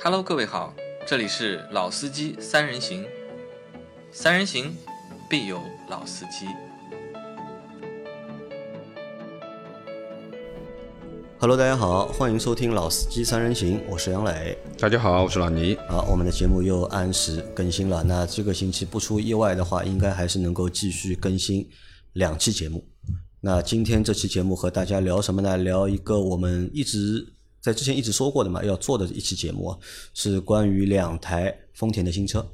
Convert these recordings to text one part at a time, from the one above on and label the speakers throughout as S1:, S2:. S1: Hello，各位好，这里是老司机三人行，三人行必有老司机。
S2: Hello，大家好，欢迎收听《老司机三人行》，我是杨磊。
S3: 大家好，我是老倪。
S2: 好，我们的节目又按时更新了。那这个星期不出意外的话，应该还是能够继续更新两期节目。那今天这期节目和大家聊什么呢？聊一个我们一直在之前一直说过的嘛，要做的一期节目啊，是关于两台丰田的新车。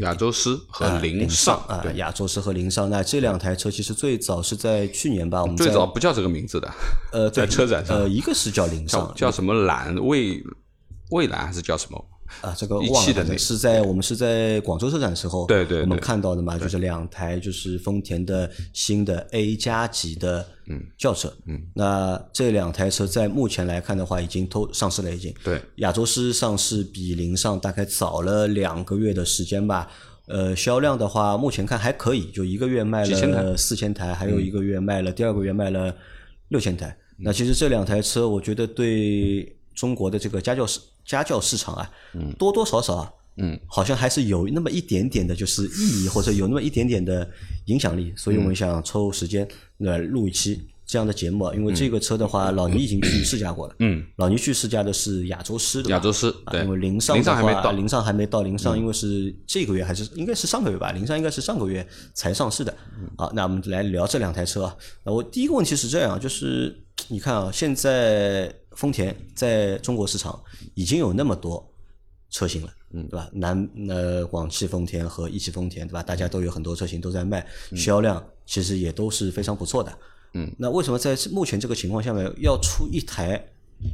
S3: 亚洲狮和
S2: 呃
S3: 林
S2: 尚
S3: 尚，
S2: 啊，
S3: 对，
S2: 亚洲狮和凌尚。那这两台车其实最早是在去年吧，我们
S3: 最
S2: 在
S3: 早不叫这个名字的，
S2: 呃对
S3: 在车展上
S2: 呃一个是叫凌
S3: 叫
S2: 尚，
S3: 叫什么蓝蔚蔚蓝还是叫什么？
S2: 啊，这个
S3: 一
S2: 忘
S3: 汽
S2: 了，
S3: 的
S2: 反正
S3: 那
S2: 是在我们是在广州车展的时候，
S3: 对对
S2: 我们
S3: 对
S2: 看到的嘛，就是两台就是丰田的新的 A 加级的轿车，嗯，那这两台车在目前来看的话，已经都上市了，已经，
S3: 对，
S2: 亚洲狮上市比凌尚大概早了两个月的时间吧。呃，销量的话，目前看还可以，就一个月卖
S3: 几千
S2: 了
S3: 台
S2: 四千台，还有一个月卖了，第二个月卖了六千台。
S3: 嗯
S2: 那其实这两台车，我觉得对中国的这个家教市家教市场啊，多多少少啊，
S3: 嗯，
S2: 好像还是有那么一点点的，就是意义或者有那么一点点的影响力，所以我们想抽时间来录一期这样的节目啊，因为这个车的话，老倪已经去试驾过了，
S3: 嗯，
S2: 老倪去试驾的是亚洲狮，对吧
S3: 亚洲狮
S2: 啊
S3: 对
S2: 因为凌尚
S3: 凌
S2: 的
S3: 尚
S2: 话啊
S3: 还没到嗯
S2: 凌尚还没到，凌尚因为是这个月还是应该是上个月吧，凌尚应该是上个月才上市的。
S3: 嗯
S2: 好，那我们来聊这两台车啊。那我第一个问题是这样，就是你看啊，现在丰田在中国市场已经有那么多车型了，嗯，对吧？南呃广汽丰田和一汽丰田，对吧？大
S3: 嗯
S2: 家都有很多车型都在卖，销量其实也都是非常不错的。
S3: 嗯，
S2: 那为什么在这目前这个情况下面要出一台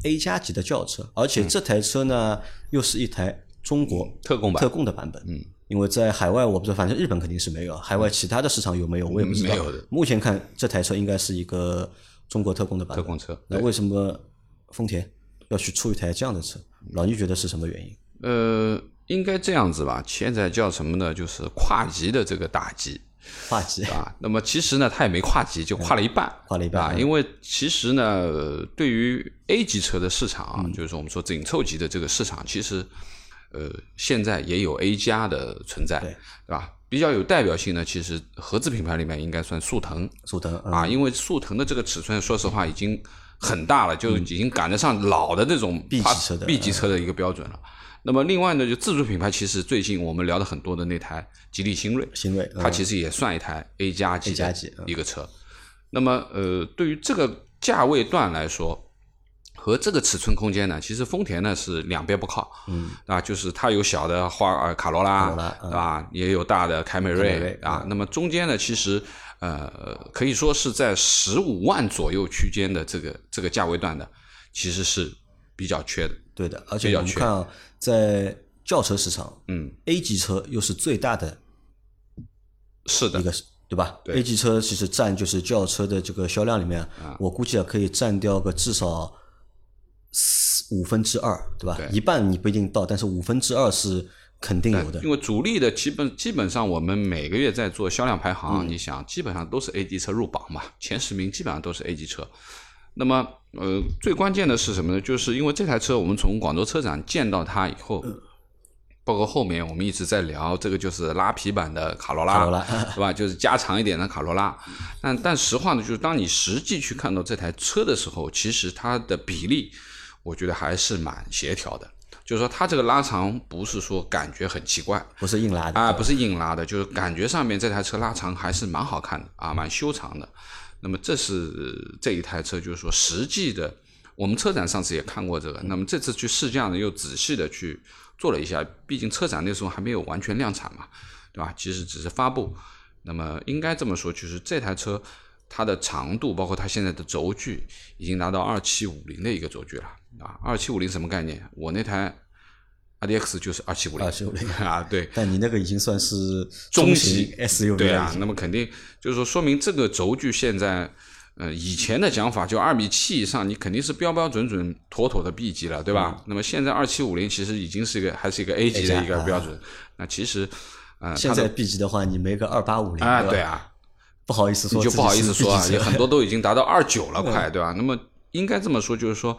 S2: A 加级的轿车？而且这台车呢，又是一台中国
S3: 嗯特供版
S2: 特供的版本。嗯，因为在海外我不知道，反正日本肯定是没有，海外其他的市场有没有我也不知道。
S3: 嗯没有的
S2: 目前看这台车应该是一个中国特供的版本。
S3: 特供车
S2: 那为什么丰田要去出一台这样的车？老倪觉得是什么原因？
S3: 呃，应该这样子吧。现在叫什么呢？就是跨级的这个打击，
S2: 话题
S3: 啊，那么其实呢，它也没跨级，就跨了一半，
S2: 跨了一半
S3: 啊。
S2: 嗯
S3: 因为其实呢，呃对于 A 级车的市场啊，
S2: 嗯
S3: 就是我们说紧凑级的这个市场，其实呃，现在也有 A 加的存在，
S2: 对
S3: 对吧？比较有代表性呢，其实合资品牌里面应该算速腾
S2: 速腾嗯
S3: 啊，因为速腾的这个尺寸，说实话已经很大了，就已经赶得上老的那种
S2: 嗯 B 级
S3: Plus-
S2: 车的嗯
S3: B 级车的一个标准了。那么另外呢，就自主品牌，其实最近我们聊的很多的那台吉利星瑞，
S2: 新锐，
S3: 它
S2: 嗯
S3: 其实也算一台 A 加级
S2: A 加嗯级
S3: 的一个车。那么呃，对于这个价位段来说，和这个尺寸空间呢，其实丰田呢是两边不靠，嗯，啊，就是它有小的花呃卡罗拉，
S2: 卡罗拉嗯
S3: 对吧？也有大的凯美
S2: 凯美瑞
S3: 瑞啊。那么中间呢，其实呃可以说是在十五万左右区间的这个这个价位段的，其实是比较缺的。
S2: 对的，而且
S3: 比较
S2: 我们
S3: 缺
S2: 看啊，在轿车市场，
S3: 嗯
S2: ，A 级车又是最大的
S3: 是的
S2: 一，个市，对吧
S3: 对
S2: ？A 级车其实占就是轿车的这个销量里面，我估计啊可以占掉个至少四五分之二，对吧？
S3: 对
S2: 一半你不一定到，但是五分之二是肯定有的。
S3: 因为主力的基本基本上我们每个月在做销量排
S2: 嗯
S3: 行，你想基本上都是 A 级车入榜嘛，前十名基本上都是 A 级车。那么呃，最关键的是什么呢？就是因为这台车我们从广州车展见到它以后。
S2: 嗯
S3: 包括后面我们一直在聊，这个就是拉皮版的卡罗拉，
S2: 卡罗拉
S3: 对吧？ 就是加长一点的卡罗拉。但但实话呢，就是当你实际去看到这台车的时候，其实它的比例，我觉得还是蛮协调的。就是说，它这个拉长不是说感觉很奇怪，
S2: 不是硬拉的
S3: 啊，不是硬拉的，就是感觉上面这台车拉长还是蛮好看的啊，蛮修长的。那么这是这一台车，就是说实际的，我们车展上次也看过这个，那么这次去试驾呢，又仔细的去做了一下，毕竟车展那时候还没有完全量产嘛，对吧？其实只是发布，那么应该这么说，就是这台车它的长度，包括它现在的轴距，已经达到二七五零的一个轴距了啊。二七五零什么概念？我那台 RDX 就是二七五零，
S2: 2750
S3: 啊，对，
S2: 但你那个已经算是
S3: 中
S2: 型
S3: 级
S2: SUV
S3: 对
S2: 了
S3: 啊
S2: 已，经
S3: 那么肯定就是说，说明这个轴距现在，呃，以前的讲法就二米七以上，你肯定是标标准准、妥妥的 B 级了，对吧？那么现在二七五零其实已经是一个还是一个 A 级的一个标准，那其实，呃，
S2: 现
S3: 它的
S2: 在 B 级的话，你没个二八五零
S3: 啊，对，啊，
S2: 不好意思说，
S3: 你就不好意思说啊，也很
S2: 多。嗯
S3: 多都已经达到二九了，快对吧？那么应该这么说，就是说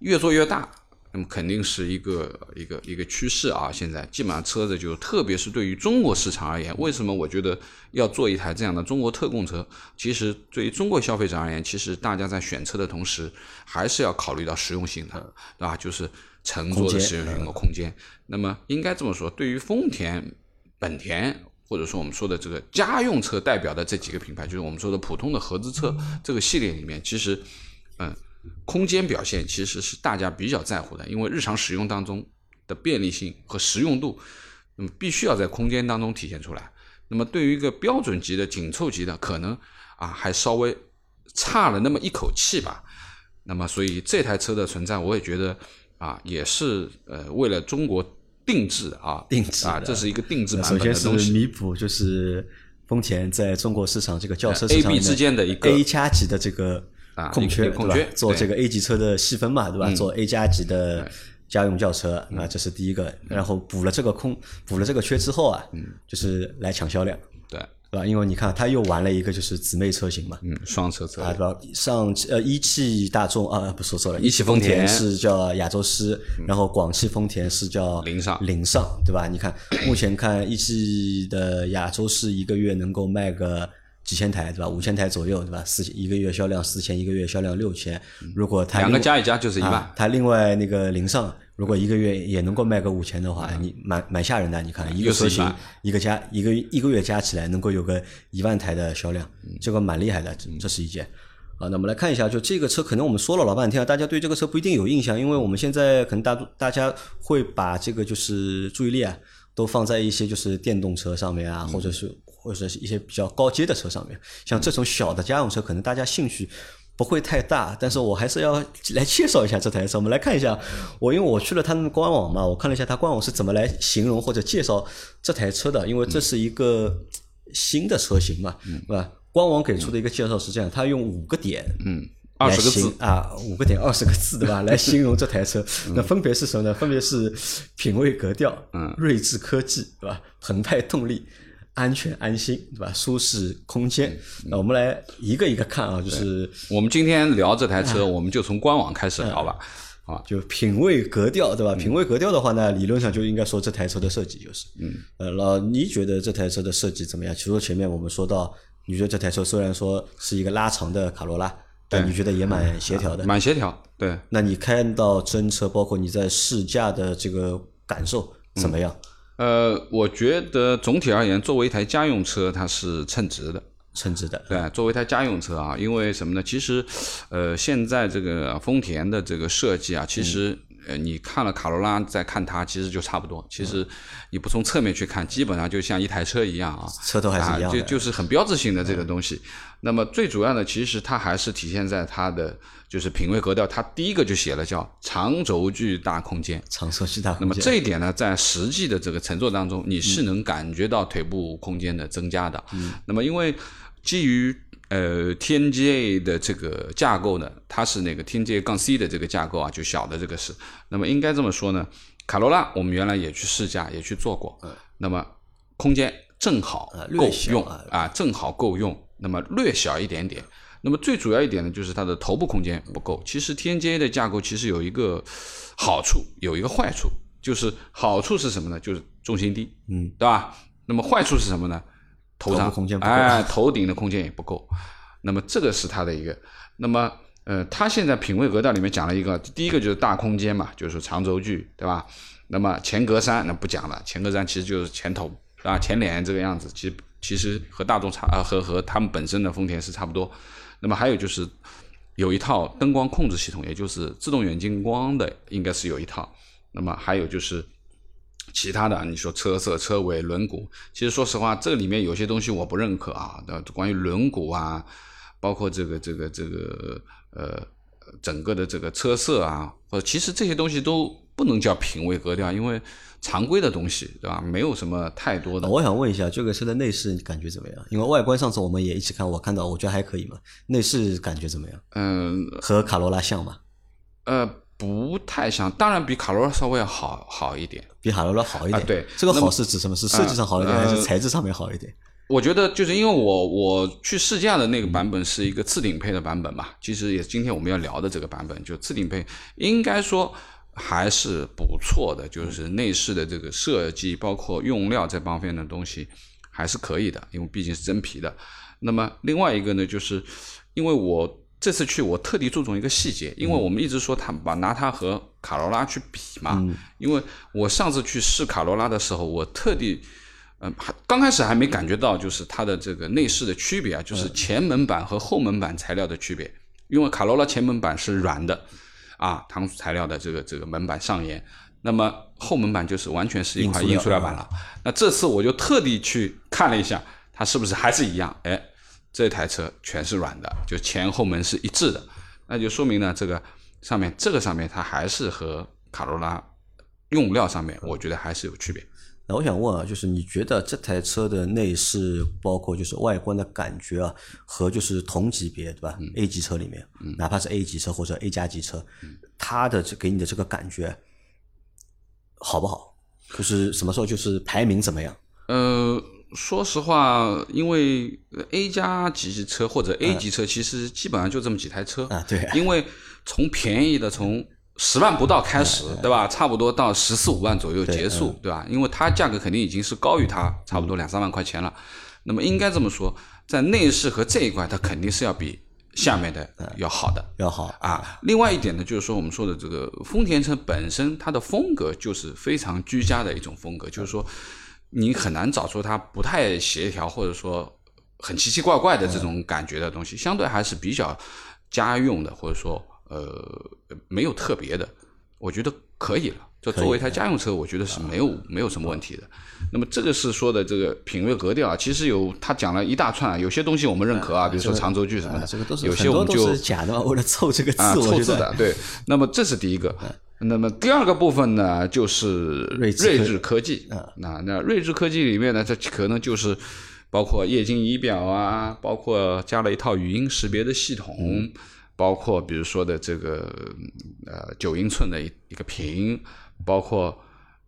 S3: 越做越大，那么肯定是一个一个一个趋势啊！现在基本上车子就，特别是对于中国市场而言，为什么我觉得要做一台这样的中国特供车？其实对于中国消费者而言，其实大家在选车的同时，还是要考虑到实用性
S2: 嗯
S3: 的，对吧？就是乘坐的使用性和空间。那么应该这么说，对于丰田、本田。或者说我们说的这个家用车代表的这几个品牌，就是我们说的普通的合资车这个系列里面，其实，嗯，空间表现其实是大家比较在乎的，因为日常使用当中的便利性和实用度，那么必须要在空间当中体现出来。那么对于一个标准级的紧凑级的，可能啊还稍微差了那么一口气吧。那么所以这台车的存在，我也觉得啊也是呃为了中国定制的啊
S2: 定制
S3: 啊，
S2: 的
S3: 这是一个定制版
S2: 首
S3: 本
S2: 先
S3: 的东
S2: 是
S3: 西。
S2: 弥补就是丰田在中国市场这个轿车市
S3: 呃 A
S2: 场
S3: B
S2: 里面
S3: 之间的一个
S2: A 加级的这个
S3: 啊
S2: 空缺，
S3: 一个空
S2: 对
S3: 缺
S2: 吧？做
S3: 对嗯
S2: 这个 A 级车的细分嘛，对吧？做 A 加级的家用轿车，那这是第一个。
S3: 嗯
S2: 然后补了这个空，补了这个缺之后啊，就是来抢销量，
S3: 对，
S2: 对吧？因为你看，它又玩了一个就是姊妹车型嘛，
S3: 嗯，双车车
S2: 啊，对吧？上汽呃一汽大众啊，不说错了，
S3: 一汽
S2: 汽
S3: 丰田嗯
S2: 田是叫亚洲狮，然后广汽丰田是叫
S3: 凌尚
S2: 凌尚，对吧？你 看目前看一汽的亚洲狮一个月能够卖个。几千台对吧？五千台左右对吧？四一个月销量四千，一个月销量六千。如果它
S3: 嗯两个
S2: 另
S3: 加一加就是一万
S2: 啊，，它另外那个凌尚，如果一个月也能够卖个五千的话，你蛮蛮吓人的。你看一个
S3: 嗯又是
S2: 车
S3: 一
S2: 型
S3: 万，
S2: 一个加一个一个月加起来能够有个一万台的销量，
S3: 嗯
S2: 这个蛮厉害的，这这是一件。啊，那我们来看一下，就这个车，可能我们说了老半天啊，大家对这个车不一定有印象，因为我们现在可能大多大家会把这个就是注意力啊，都放在一些就是电动车上面啊，或者是或者是一些比较高阶的车上面。像这种小的家用车，可能大家兴趣不会太大，但是我还是要 来介绍一下这台车。我们来看一下，我因为我去了他们官网嘛，我看了一下他官网是怎么来形容或者介绍这台车的，因为这是一个新的车型嘛，
S3: 嗯
S2: 对吧？官网给出的一个介绍是这样，它用五个点，嗯，
S3: 二十个字
S2: 啊，五个点二十个字对 吧？来形容这台车，
S3: 嗯
S2: 那分别是什么呢？分别是品味格调，嗯，睿智科技，对吧？澎湃动力。安全安心，对吧？舒适空间，
S3: 嗯
S2: 那我们来一个一个看啊，就是
S3: 我们今天聊这台
S2: 嗯
S3: 车，我们就从官网开始聊吧。
S2: 就品味格调，
S3: 嗯
S2: 对吧？品味格调的话呢，理论上就应该说这台车的设计就是，嗯，呃，老倪觉得这台车的设计怎么样？其实前面我们说到，你觉得这台车虽然说是一个拉长的卡罗拉，但你觉得也蛮协调的。
S3: 蛮协调，对，
S2: 那你看到真车，包括你在试驾的这个感受怎么样？
S3: 呃，我觉得总体而言，作为一台家用车，它是称职的。
S2: 称职的，
S3: 对，作为一台家用车啊，因为什么呢？其实，呃，现在这个丰田的这个设计啊，其
S2: 嗯
S3: 实。呃，你看了卡罗拉，再看它，其实就差不多。其
S2: 嗯
S3: 实你不从侧面去看，基本上就像一台车一样啊，
S2: 车头还是一样
S3: 啊、
S2: 的嗯
S3: 就就是很标志性的这个东西。那么最主要的，其实它还是体现在它的就是品味格调。它第一个就写了叫长轴距大空间，
S2: 长轴距大
S3: 那
S2: 空
S3: 么
S2: 间。嗯
S3: 这一点呢，在实际的这个乘坐当中，你是能感觉到腿部空间的增加的。那么因为基于呃 TNGA 的这个架构呢，它是那个 TNGA 杠 C 的这个架构啊，就小的这个是。那么应该这么说呢，卡罗拉我们原来也去试驾，也去做过。那么空间正好
S2: 啊嗯
S3: 够
S2: 略小
S3: 用
S2: 啊
S3: 啊，正好够用。那么略小一点点。那么最主要一点呢，就是它的头部空间不够。其实 TNGA 的架构其实有一个好处，有一个坏处，就是好处是什么呢？就是重心低，嗯，对吧？那么坏处是什么呢？头
S2: 头
S3: 上
S2: 部空间不够
S3: 哎，头顶的空间也不够。那么这个是它的一个，那么呃，它现在品味格调里面讲了一个，第一个就是大空间嘛，就是长轴距，对吧？那么前格栅那不讲了，前格栅其实就是前头啊前脸这个样子，其实其实和大众差啊和和他们本身的丰田是差不多。那么还有就是有一套灯光控制系统，也就是自动远近光的，应该是有一套。那么还有就是其他的，啊你说车色、车尾、轮毂，其实说实话，这里面有些东西我不认可啊。那关于轮毂啊，包括这个、这个、这个呃，整个的这个车色啊，或者其实这些东西都不能叫品味格调，因为常规的东西，对吧？没有什么太多的。
S2: 我想问一下，这个车的内饰感觉怎么样？因为外观上次我们也一起看，我看到我觉得还可以嘛。内饰感觉怎么样？
S3: 嗯
S2: 和卡罗拉像吗？
S3: 呃，不太像，当然比卡罗拉稍微要好好一点。
S2: 比海罗拉好一点。
S3: 啊对
S2: 这个
S3: 那么
S2: 好是指什么？啊呃是设计上好一点，还是材质上面好一点？
S3: 我觉得就是因为我我去试驾的那个版本是一个次顶配的版本嘛，其实也今天我们要聊的这个版本就次顶配，应该说还是不错的，就是内饰的这个设计，包括用料这方面的东西还是可以的，因为毕竟是真皮的。那么另外一个呢，就是因为我这次去，我特地注重一个细节，因为我们一直说它把拿它和卡罗拉去比嘛，因为我上次去试卡罗拉的时候，我特地。嗯，还刚开始还没感觉到，就是它的这个内饰的区别啊，就是
S2: 嗯
S3: 前门板和后门板材料的区别。因为卡罗拉前门板是软的，啊，搪塑材料的这个这个门板上沿，那么后门板就是完全是一块
S2: 硬
S3: 硬
S2: 塑
S3: 塑
S2: 料啊
S3: 料板了。那这次我就特地去看了一下，它是不是还是一样？哎，这台车全是软的，就前后门是一致的，那就说明呢，这个上面这个上面它还是和卡罗拉用料上面，我觉得还是有区别。
S2: 那我想问啊，就是你觉得这台车的内饰，包括就是外观的感觉啊，和就是同级别对吧、a 级车里面，哪怕是 A 级车或者 A 加级车，它的这给你的这个感觉好不好？就是什么时候就是排名怎么样？
S3: 呃，说实话，因为呃 A 加级车或者 A 级车，其实基本上就这么几台车
S2: 啊 对啊
S3: 因为从便宜的从十万不到开始，对吧？差不多到十四五万左右结束，对吧？因为它价格肯定已经是高于它差不多两三万块钱了。那么应该这么说，在内饰和这一块，它肯定是要比下面的要好的。
S2: 要好，
S3: 啊，另外一点呢，就是说我们说的这个丰田车本身它的风格就是非常居家的一种风格，就是说你很难找出它不太协调或者说很奇奇怪怪的这种感觉的东西，相对还是比较家用的，或者说呃没有特别的，我觉得可以了。就作为一台家用车，我觉得是没有
S2: 啊
S3: 没有什么问题的。那么这个是说的这个品味格调啊，其实有他讲了一大串啊，有些东西我们认可啊，比如说长轴距什么
S2: 啊
S3: 的，
S2: 这个都是
S3: 有
S2: 很
S3: 些
S2: 多
S3: 我们就
S2: 都是假的嘛，为了凑这个字，
S3: 啊，
S2: 我
S3: 凑
S2: 觉
S3: 字
S2: 得
S3: 的，对。那么这是第一个。那么第二个部分呢，就是
S2: 睿
S3: 睿
S2: 智科嗯
S3: 智科技。那那睿智科技里面呢，这可能就是包括液晶仪表啊，包括加了一套语音识别的系统，
S2: 嗯
S3: 包括比如说的这个呃九英寸的一一个屏，包括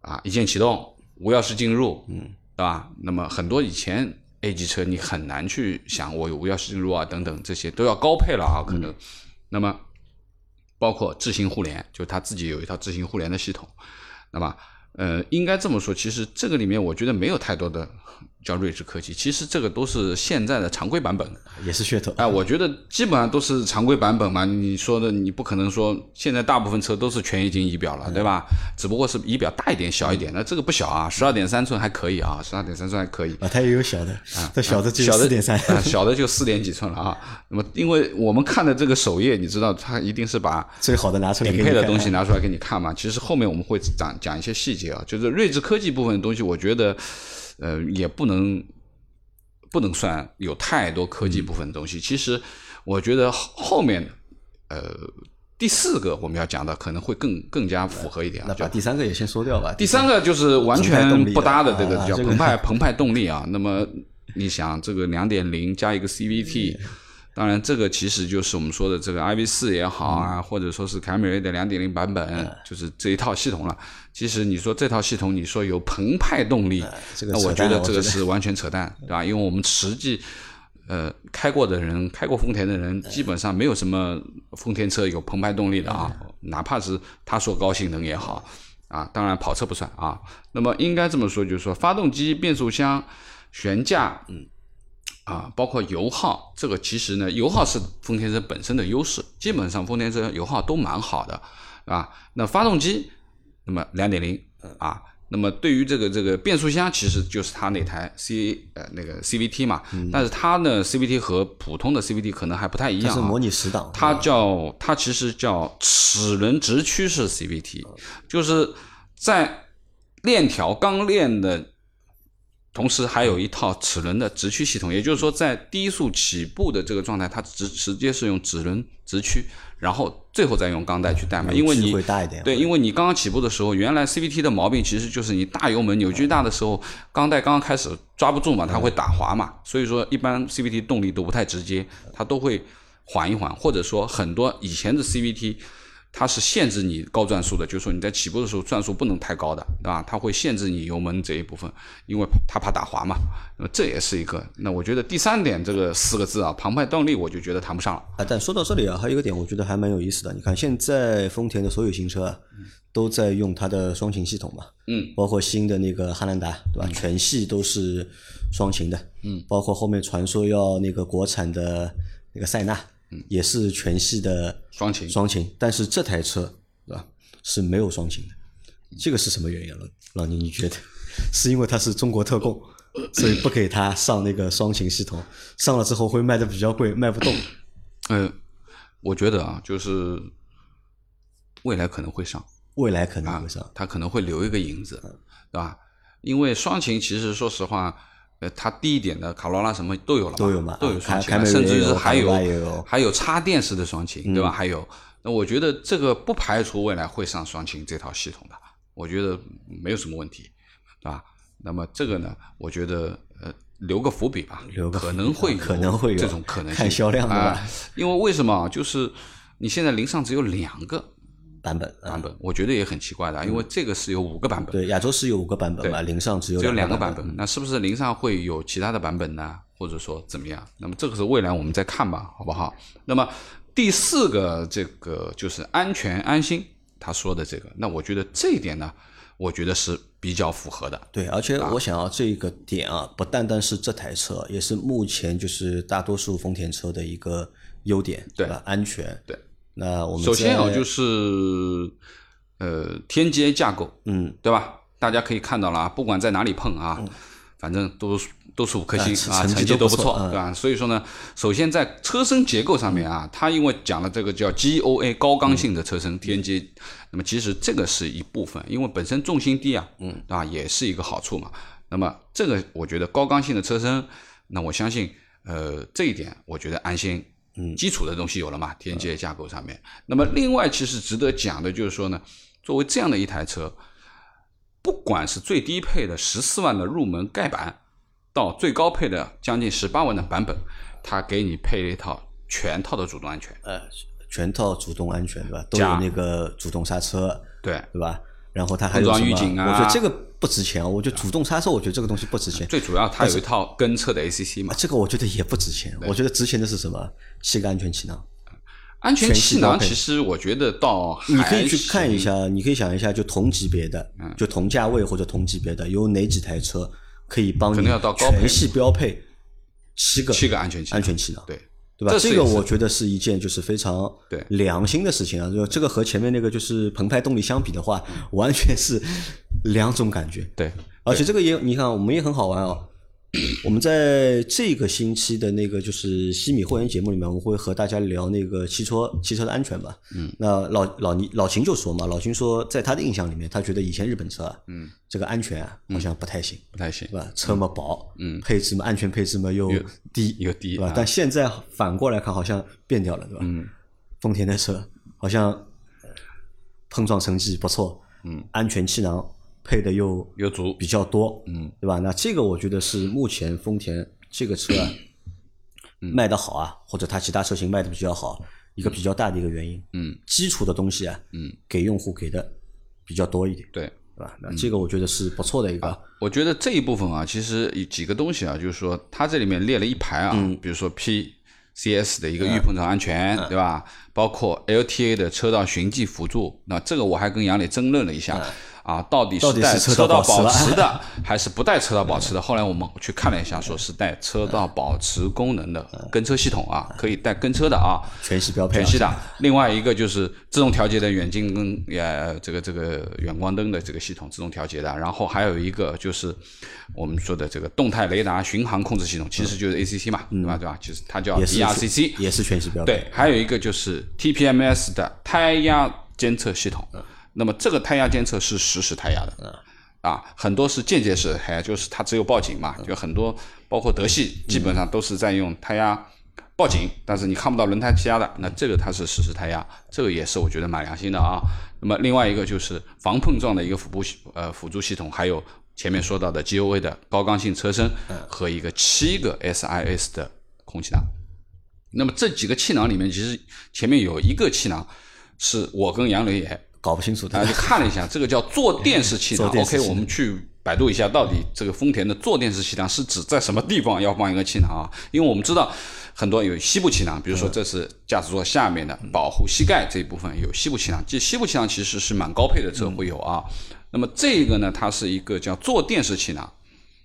S3: 啊一键启动、无钥匙进入，嗯，对吧？那么很多以前 A 级车你很难去想我有无钥匙进入啊等等这些都要高配了啊，可能。那么包括智行互联，就它自己有一套智行互联的系统。那么，呃，应该这么说，其实这个里面我觉得没有太多的叫睿智科技，其实这个都是现在的常规版本。
S2: 也是噱头。
S3: 哎，我觉得基本上都是常规版本嘛。你说的，你不可能说现在大部分车都是全液晶仪表了，对吧？只不过是仪表大一点、小一点。那这个不小啊，十二点三寸还可以啊，十二点三寸还可以。
S2: 啊，它也有小的，它小的只有
S3: 小的
S2: 四点三，
S3: 啊小的就四点几寸了啊。那么，因为我们看的这个首页，你知道，它一定是把
S2: 最好的拿出来给
S3: 顶
S2: 你
S3: 配
S2: 看
S3: 的东西拿出来给你看嘛。其实后面我们会讲讲一些细节啊，就是睿智科技部分的东西，我觉得呃也不能不能算有太多科技部分的东西。其实我觉得后后面呃第四个我们要讲的可能会更更加符合一点啊，
S2: 那
S3: 就
S2: 把第三个也先说掉吧。
S3: 第三个就是完全不搭的这个
S2: 啊
S3: 叫
S2: 这个
S3: 澎湃澎湃动力啊。那么你想，这个两点零加一个 CVT，当
S2: 嗯
S3: 然这个其实就是我们说的这个 IV 四也好
S2: 嗯
S3: 啊，或者说是凯美瑞的两点零版本，就是这一套系统了。其实你说这套系统，你说有澎湃动力，
S2: 这个
S3: 那我
S2: 扯淡
S3: 觉得
S2: 我
S3: 这个
S2: 觉得
S3: 是完全扯淡，对吧？因为我们实际。呃，开过的人，开过丰田的人，基本上没有什么丰田车有澎湃动力的啊，
S2: 嗯
S3: 哪怕是他说高性能也好，啊，当然跑车不算啊。那么应该这么说，就是说发动机、变速箱、悬架，嗯，啊，包括油耗，这个其实呢，油耗是丰田车本身的优势，基本上丰田车油耗都蛮好的，啊，那发动机，那么两点零啊，那么对于这个这个变速箱，其实就是它那台 C 呃那个 CVT 嘛，
S2: 嗯
S3: 但是它呢 CVT 和普通的 CVT 可能还不太一
S2: 它
S3: 样、
S2: 是
S3: 啊，
S2: 模拟十档，
S3: 它叫它其实叫齿轮直驱式 CVT，就是在链条钢链的同时，还有一套齿轮的直驱系统，也就是说，在低速起步的这个状态，它直直接是用齿轮直驱，然后最后再用钢带去带嘛，因为
S2: 扭矩
S3: 你
S2: 会大一点
S3: 对，因为你刚刚起步的时候，原来 CVT 的毛病其实就是你大油门扭矩大的时候，钢带刚刚开始抓不住嘛，它会打滑嘛，所以说一般 CVT 动力都不太直接，它都会缓一缓，或者说很多以前的 CVT 它是限制你高转速的，就是说你在起步的时候转速不能太高的，对吧？它会限制你油门这一部分，因为它怕打滑嘛。那么这也是一个。那我觉得第三点这个四个字啊，澎湃动力，我就觉得谈不上了。
S2: 啊，但说到这里啊，还有一个点，我觉得还蛮有意思的。你看，现在丰田的所有新车啊，都在用它的双擎系统嘛，
S3: 嗯，
S2: 包括新的那个汉兰达，对吧？全系都是双擎的，嗯，包括后面传说要那个国产的那个塞纳，嗯，也是全系的
S3: 双擎
S2: 双擎，但是这台车，对吧，是没有双擎的，这个是什么原因啊？老老倪，你觉得 是因为它是中国特供，所以不给它上那个双擎系统，上了之后会卖的比较贵，卖不动。
S3: 呃，我觉得啊，就是未来可能会上，
S2: 未来可能会上。
S3: 它可能会留一个影子，
S2: 嗯
S3: 对吧？因为双擎其实说实话，呃，它低一点的卡罗拉什么都有了嘛，
S2: 都有嘛
S3: 都有双
S2: 凯凯美瑞
S3: 擎了，甚至
S2: 也
S3: 是
S2: 有
S3: 还
S2: 卡罗拉也有
S3: 还有插电式的双擎，
S2: 嗯
S3: 对吧？还有，那我觉得这个不排除未来会上双擎这套系统的，我觉得没有什么问题，对吧？那么这个呢，我觉得呃留个伏笔吧，
S2: 留个伏笔啊
S3: 可能会有
S2: 可能会有
S3: 这种可能性，
S2: 看销量对吧
S3: 啊因为为什么啊？就是你现在零上只有两个
S2: 版本啊
S3: 版，本，我觉得也很奇怪的啊，因为这个是有五个版本，
S2: 嗯对，亚洲是有五个版本嘛，零上只有
S3: 只有两
S2: 个嗯
S3: 个版本，那是不是零上会有其他的版本呢？或者说怎么样？那么这个是未来我们再看吧，好不好？那么第四个这个就是安全安心，他说的这个，那我觉得这一点呢，我觉得是比较符合的。
S2: 对，而
S3: 啊
S2: 且我想要这个点啊，不单单是这台车，也是目前就是大多数丰田车的一个优点，
S3: 对
S2: 吧？安全。
S3: 对，
S2: 那我们
S3: 首先啊，
S2: 在
S3: 就是呃天阶架构，
S2: 嗯，
S3: 对吧？大家可以看到了啊，不管在哪里碰啊，反正都是都是五颗星
S2: 啊
S3: 啊，
S2: 嗯成
S3: 成
S2: 绩都
S3: 都
S2: 不错
S3: 错
S2: 嗯，
S3: 对吧？所以说呢，首先在车身结构上面啊，它因为讲了这个叫 GOA 高刚性的
S2: 嗯
S3: 车身天阶，那么其实这个是一部分，因为本身重心低啊，嗯，啊也是一个好处嘛。那么这个我觉得高刚性的车身，那我相信呃这一点，我觉得安心。嗯，基础的东西有了嘛？天
S2: 嗯
S3: 阶架构上面。那么另外，其实值得讲的就是说呢，作为这样的一台车，不管是最低配的十四万的入门盖板，到最高配的将近十八万的版本，它给你配了一套全套的主动安全。
S2: 呃全套主动安全，对吧？都有
S3: 加
S2: 那个主动刹车，
S3: 对，
S2: 对吧？然后它还有
S3: 碰
S2: 什
S3: 撞
S2: 么？
S3: 预警啊
S2: 我觉得这个不值钱啊，我觉得主动刹车，我觉得这个东西不值钱。
S3: 最主要它有一套跟车的 ACC 嘛
S2: 啊，这个我觉得也不值钱，我觉得值钱的是什么？系个安全气囊。
S3: 安全气
S2: 全系标
S3: 囊
S2: 配
S3: 其实我觉得倒
S2: 你
S3: 还嗯
S2: 可以去
S3: 行
S2: 看一下，你可以想一下，就同级别的，就同价位或者同级别的，有哪几台车可以帮
S3: 可
S2: 你
S3: 能要到高配
S2: 全系标配七个
S3: 七个安全气囊
S2: 安全气囊，
S3: 对，
S2: 对吧？
S3: 这是
S2: 这个
S3: 也是
S2: 我觉得是一件就是非常
S3: 对
S2: 良心的事情啊，就这个和前面那个就是澎湃动力相比的话，
S3: 嗯
S2: 完全是两种感觉。
S3: 对
S2: 而且这个也，你看，我们也很好玩哦。 我们在这个星期的那个就是西米会员节目里面，我们会和大家聊那个汽车汽车的安全嘛。嗯，那老老倪老秦就说嘛，老秦说在他的印象里面，他觉得以前日本车啊，嗯，这个安全啊好像不太行，
S3: 不太行
S2: 对。吧？车嘛薄，
S3: 嗯
S2: 配置嘛安全配置嘛又低，
S3: 又低
S2: 对吧
S3: 啊？
S2: 但现在反过来看，好像变掉了，对吧？
S3: 嗯，
S2: 丰田的车好像碰撞成绩不错，
S3: 嗯，
S2: 安全气囊配的又
S3: 又足
S2: 比较多，
S3: 嗯，
S2: 对吧？那这个我觉得是目前丰田这个车啊、
S3: 嗯
S2: 卖的好啊，或者它其他车型卖的比较好，一个比较大的一个原因。
S3: 嗯，
S2: 基础的东西啊，
S3: 嗯，
S2: 给用户给的比较多一点，
S3: 对。嗯啊
S2: 对吧？那这个我觉得是不错的一个，
S3: 我觉得这一部分啊，其实有几个东西啊，就是说它这里面列了一排啊，
S2: 嗯
S3: 比如说 P。C.S. 的一个预碰撞安全，对吧？包括 L.T.A. 的车道循迹辅助，那这个我还跟杨磊争论了一下，啊，到底
S2: 嗯到
S3: 是
S2: 底是
S3: 带
S2: 车道
S3: 车
S2: 保持
S3: 道
S2: 了
S3: 保 持的，还是不带车道保持的？后来我们去看了一下，说是带车
S2: 嗯
S3: 道保持功能的跟车系统啊，可以带跟车的啊，
S2: 全系标配、
S3: 全
S2: 啊，
S3: 系的。另外一个就是自动调节的远近灯，呃，这个这个远光灯的这个系统自动调节的。然后还有一个就是我们说的这个动态雷达巡航控制系统，其实就是 ACC 嘛，对吧？对吧？其实它叫
S2: 嗯也是
S3: DRCC。
S2: 也是全系标配。
S3: 对，还有一个就是 TPMS 的胎压监测系统。那么这个胎压监测是实时胎压的，啊，很多是间接式的胎压，就是它只有报警嘛，就很多包括德系基本上都是在用胎压报警，但是你看不到轮胎气压的，那这个它是实时胎压，这个也是我觉得蛮良心的啊。那么另外一个就是防碰撞的一个辅助系呃辅助系统，还有前面说到的 GOA 的高刚性车身和一个七个 SIS 的空气囊。那么这几个气囊里面，其实前面有一个气囊，是我跟杨磊也
S2: 搞不清楚
S3: 大
S2: 的
S3: 家。去看了一下，这个叫坐垫式气囊
S2: 坐。垫式
S3: OK，
S2: 气囊
S3: 我们去百度一下，到底这个丰田的坐垫式气囊是指在什么地方要放一个气囊啊？因为我们知道很多有膝部气囊，
S2: 嗯
S3: 比如说这是驾驶座下面的保护膝盖这一部分有膝部气囊，这膝部气囊其实是蛮高配的车
S2: 嗯
S3: 会有啊。那么这个呢，它是一个叫坐垫式气囊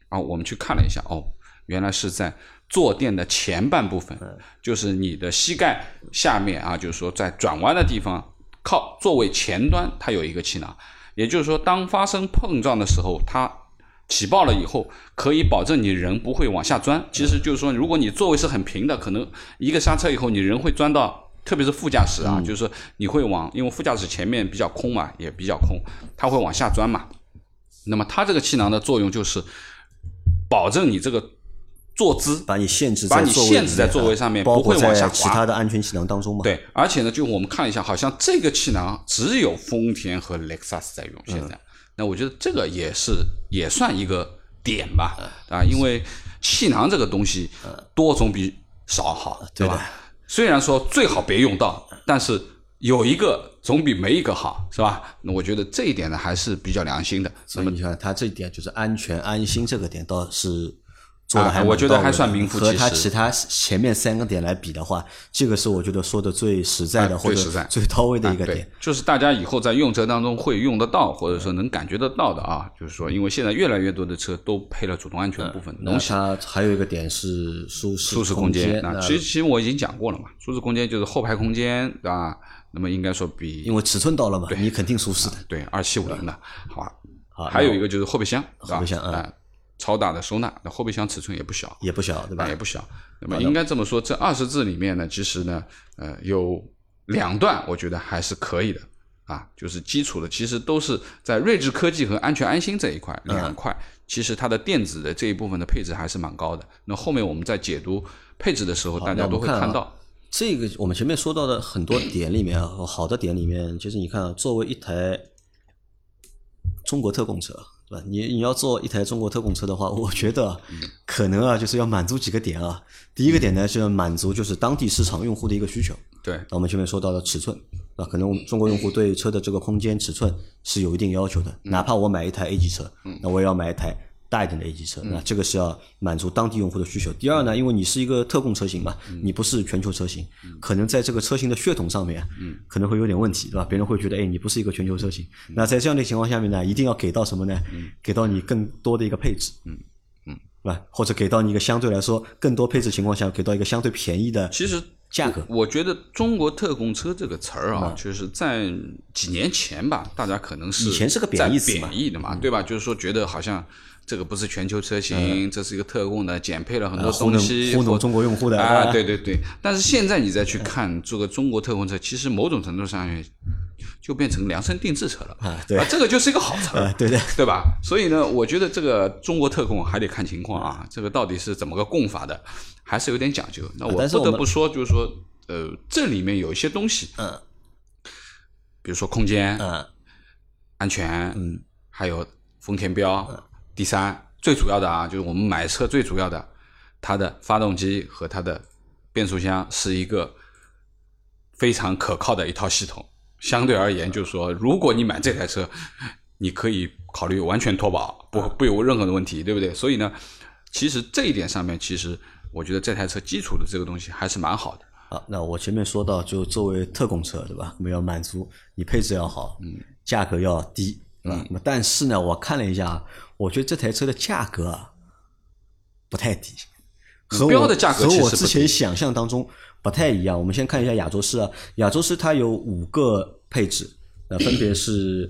S3: 啊，我们去看了一下哦，原来是在。坐垫的前半部分，
S2: 嗯
S3: 就是你的膝盖下面啊，就是说在转弯的地方靠座位前端它有一个气囊，也就是说，当发生碰撞的时候，它起爆了以后，可以保证你人不会往下钻。其实就是说，如果你座位是很平的，可能一个刹车以后，你人会钻到。特别是副驾驶啊，就是说你会往，因为副驾驶前面比较空嘛，也比较空，它会往下钻嘛。那么它这个气囊的作用就是保证你这个坐姿
S2: 把你限制
S3: 把
S2: 在
S3: 你
S2: 座位
S3: 限
S2: 里
S3: 制在
S2: 面啊
S3: 座位上面
S2: 包
S3: 不
S2: 括
S3: 会往
S2: 在
S3: 下滑
S2: 其他的安全气囊当中嘛。，
S3: 对，而且呢，就我们看了一下，好像这个气囊只有丰田和雷克萨斯在用。现
S2: 嗯
S3: 在，那我觉得这个也是也算一个点吧，
S2: 嗯
S3: 啊，因为气囊这个东西多总比少好，
S2: 嗯
S3: 对
S2: 对的嗯
S3: 吧？虽然说最好别用到，但是有一个总比没一个好，是吧？那我觉得这一点呢还是比较良心的。
S2: 所以你看，它这一点就是安全安心这个点倒是做的
S3: 啊
S2: 还蛮到位的、
S3: 我觉得还算名副
S2: 和
S3: 其
S2: 它
S3: 实
S2: 其他前面三个点来比的话，这个是我觉得说的最实在的、
S3: 啊
S2: 或
S3: 最实在啊
S2: 者最到位的一个
S3: 对，
S2: 点。
S3: 就是大家以后在用车当中会用得到，或者说能感觉得到的啊。就是说，因为现在越来越多的车都配了主动安全部分，
S2: 那
S3: 能想
S2: 它还有一个点是舒适
S3: 嗯舒适
S2: 空
S3: 空间。
S2: 那
S3: 那其实其实我已经讲过了嘛，舒适空间就是后排空间，对吧？那么应该说比
S2: 因为尺寸到了嘛，你肯定舒适的。
S3: 对二七五零的好吧。
S2: 好，
S3: 啊还有一
S2: 个
S3: 个就是后备箱，对
S2: 啊
S3: 吧
S2: 后备箱嗯
S3: 啊，超大的收纳，那后备箱尺寸也不小，
S2: 也不小，对吧
S3: 啊，也？不小。那么应该这么说，这二十字里面呢，其实呢，呃，有两段我觉得还是可以的啊，就是基础的，其实都是在睿智科技和安全安心这一块
S2: 嗯
S3: 两块，其实它的电子的这一部分的配置还是蛮高的。那后面我们在解读配置的时候，大
S2: 那
S3: 家
S2: 我
S3: 都
S2: 们
S3: 会
S2: 看啊
S3: 看到，
S2: 这个我们前面说到的很多点里面啊，好的点里面，其实你看、啊，作为一台中国特供车，对吧？你你要做一台中国特供车的话，我觉得可能啊，就是要满足几个点啊。第一个点呢，是要满足就是当地市场用户的一个需求。
S3: 对
S2: 那我们前面说到的尺寸，啊，可能我们中国用户对车的这个空间尺寸是有一定要求的，哪怕我买一台 A 级车，那我也要买一台大一点的 A 级车，那这个是要满足当地用户的需求。第二呢，因为你是一个特供车型嘛，你不是全球车型，可能在这个车型的血统上面，啊可能会有点问题，对吧？别人会觉得，哎，你不是一个全球车型。那在这样的情况下面呢，一定要给到什么呢？给到你更多的一个配置，嗯嗯，对吧？或者给到你一个相对来说更多配置情况下，给到一个相对便宜的
S3: 其实
S2: 价格。
S3: 我觉得“中国特供车”这个词儿啊，就是在几年前吧，大家可能是
S2: 以前是个贬
S3: 在
S2: 义词嘛嗯
S3: 贬义的嘛，对吧？就是说觉得好像这个不是全球车型，这是一个特供的，减配了很多
S2: 呃糊
S3: 东
S2: 弄
S3: 西，
S2: 嗯糊弄
S3: 或
S2: 中国用户的
S3: 啊，
S2: 呃
S3: 对对对。但是现在你再去看这个中国特供车，其实某种程度上也就变成量身定制车了
S2: 啊对
S3: 这个就是一个好 词儿
S2: 呃，，对对，
S3: 对吧？所以呢，我觉得这个中国特供还得看情况啊，这个到底是怎么个供法的，还是有点讲究。那我
S2: 但是
S3: 不
S2: 我
S3: 得
S2: 们
S3: 不说，就是说，呃，这里面有一些东西，
S2: 嗯，
S3: 比如说空间、
S2: 嗯
S3: 安全，
S2: 嗯，
S3: 还有丰田标。第三，最主要的啊，就是我们买车最主要的，它的发动机和它的变速箱是一个非常可靠的一套系统。相对而言，就是说，如果你买这台车， 你可以考虑完全脱保，不
S2: 嗯
S3: 不有任何的问题，对不对？所以呢，其实这一点上面，其实我觉得这台车基础的这个东西还是蛮好的。
S2: 好，啊那我前面说到，就作为特供车，对吧？我们要满足你配置要好，嗯，价格要低，对
S3: 嗯
S2: 吧？那么但是呢，我看了一下啊，我觉得这台车的价格啊不太低，和我
S3: 嗯标的价格
S2: 和
S3: 其实
S2: 我
S3: 不
S2: 之前想象当中不太一样。我们先看一下亚洲狮啊，亚洲狮它有五个配置，那分别是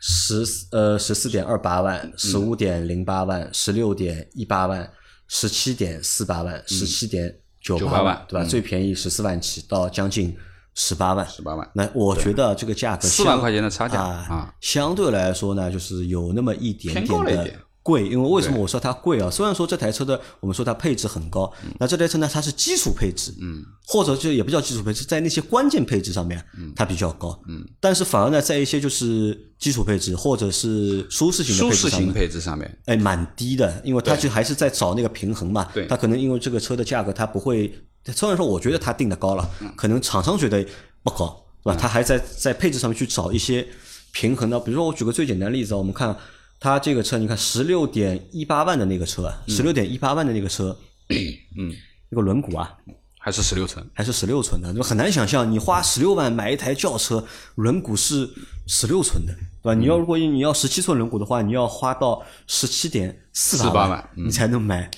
S2: 十呃十四点二八万、十五点零八万、十六点一八万、十七点四八万、十七点九
S3: 98
S2: 八
S3: 万
S2: 对吧？
S3: 嗯
S2: 最便宜十四万起到将近十八万，
S3: 十八万，
S2: 那我觉得这个价格
S3: 四万
S2: 相
S3: 块钱的差价
S2: 呃啊
S3: 啊，
S2: 相对来说呢，就是有那么一点
S3: 偏高
S2: 点
S3: 了一
S2: 的
S3: 点
S2: 贵。因为为什么我说它贵啊？虽然说这台车的我们说它配置很高，
S3: 嗯
S2: 那这台车呢，它是基础配置，嗯，或者就也不叫基础配置，在那些关键配置上面，它比较高，嗯，但是反而呢，在一些就是基础配置或者是舒适型的配置
S3: 舒适
S2: 上
S3: 型
S2: 面。
S3: 配置上面，
S2: 哎，蛮低的，因为它
S3: 对
S2: 就还是在找那个平衡嘛。
S3: 对
S2: 它可能因为
S3: 嗯
S2: 这个车的价格，它不会，虽然说我觉得它定的高了，可能厂商觉得不高，对吧？它还在在配置上面去找一些平衡的。比如说，我举个最简单的例子啊，我们看它这个车，你看十六点一八万的那个车，啊十六点一八万的那个车，
S3: 嗯，
S2: 那个轮毂啊，
S3: 还是十六寸，
S2: 还是十六寸的，就很难想象你花十六万买一台轿车，轮毂是十六寸的，对吧？你
S3: 嗯
S2: 要如果你要十七寸轮毂的话，你要花到十七点四
S3: 48
S2: 万，
S3: 万嗯嗯
S2: 你才能买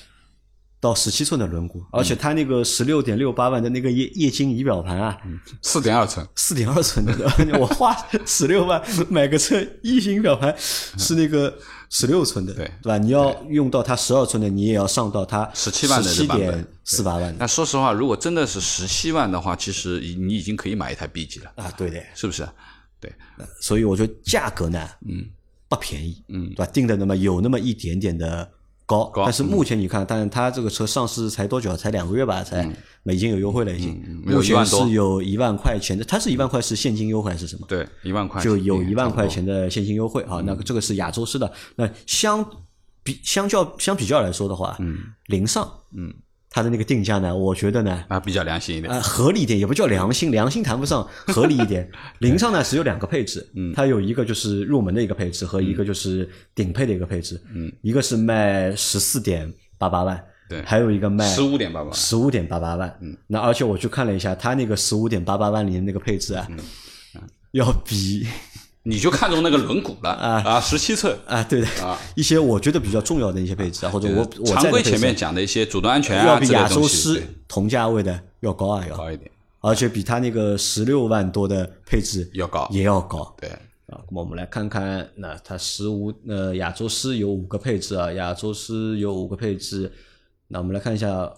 S2: 到十七寸的轮毂，而且它那个十六点六八万的那个液液晶仪表盘啊，
S3: 嗯四点二寸，
S2: 四点二寸的， 我花十六万买个车，一星表盘是那个十六寸的，
S3: 对
S2: 吧？你要用到它十二寸的，你也要上到它
S3: 17万的这
S2: 七
S3: 版
S2: 点
S3: 本
S2: 四八万的
S3: 那说实话，如果真的是十七万的话，其实已你已经可以买一台 B 级了，
S2: 啊，对的。
S3: 是不是？对，
S2: 所以我觉得价格呢，嗯，不便宜，嗯，对吧？定的那么有那么一点点的高，
S3: 高嗯
S2: 但是目前你看，但是它这个车上市才多久？啊才两个月吧，才
S3: 嗯
S2: 那已经有优惠了，已经
S3: 有
S2: 目
S3: 一
S2: 前
S3: 万多
S2: 是有一万块钱的，它是一万块是现金优惠还是什么？
S3: 对，一万块
S2: 就
S3: 钱
S2: 有
S3: 嗯
S2: 一万
S3: 差不
S2: 块
S3: 多嗯
S2: 钱的现金优惠啊。那个这个是亚洲式的，那相比相较相比较来说的话，嗯，零上，嗯，它的那个定价呢，我觉得呢。
S3: 啊，比较良心一点。
S2: 呃，合理一点也不叫良心，良心谈不上，合理一点。 零上呢只有两个配置，嗯，它有一个就是入门的一个配置和
S3: 嗯
S2: 一个就是顶配的一个配置，嗯，一个是卖十四点八八万，
S3: 对
S2: 还有一个卖
S3: 十五点八八，
S2: 十五点八八万，嗯，那而且我去看了一下，它那个十五点八八万里的那个配置啊，
S3: 嗯
S2: 要比
S3: 你就看中那个轮毂了
S2: 啊
S3: 啊，十七寸
S2: 啊，对的，
S3: 啊
S2: 一些我觉得比较重要的一些配置啊，或者我我在
S3: 常
S2: 的
S3: 规
S2: 配置啊
S3: 前面讲的一些主动安全
S2: 要
S3: 啊
S2: 比
S3: 之类
S2: 亚
S3: 的
S2: 洲
S3: 东西，
S2: 狮
S3: 对
S2: 同价位的要高啊，要，
S3: 高一点，
S2: 而且比它那个十六万多的配置
S3: 要高
S2: 也要高。
S3: 对，
S2: 啊，那么我们来看看，那它十五呃亚洲狮有五个配置啊，亚洲狮有五个配置，那我们来看一下，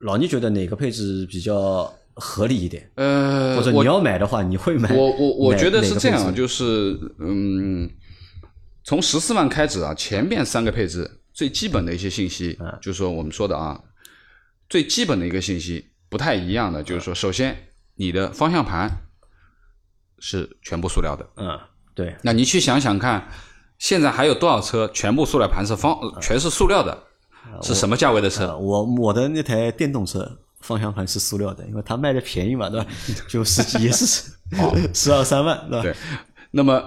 S2: 老倪觉得哪个配置比较合理一点？
S3: 呃
S2: 或者你要买的话，你会买？
S3: 我我我
S2: 哪
S3: 觉得
S2: 哪
S3: 是
S2: 个
S3: 这
S2: 配
S3: 样，啊
S2: 置
S3: 就是嗯，从十四万开始啊，前面三个配置最基本的一些信息，
S2: 嗯
S3: 就是说我们说的啊，最基本的一个信息不太一样的，就是说，首先你的方向盘是全部塑料的，
S2: 嗯，对，
S3: 那你去想想看，现在还有多少车全部塑料盘是方
S2: 嗯
S3: 全是塑料的，
S2: 啊
S3: 是什么价位的车？
S2: 呃，我我的那台电动车方向盘是塑料的，因为它卖的便宜嘛， 对吧？就十几也是十十二三万，对吧？
S3: 对，那么。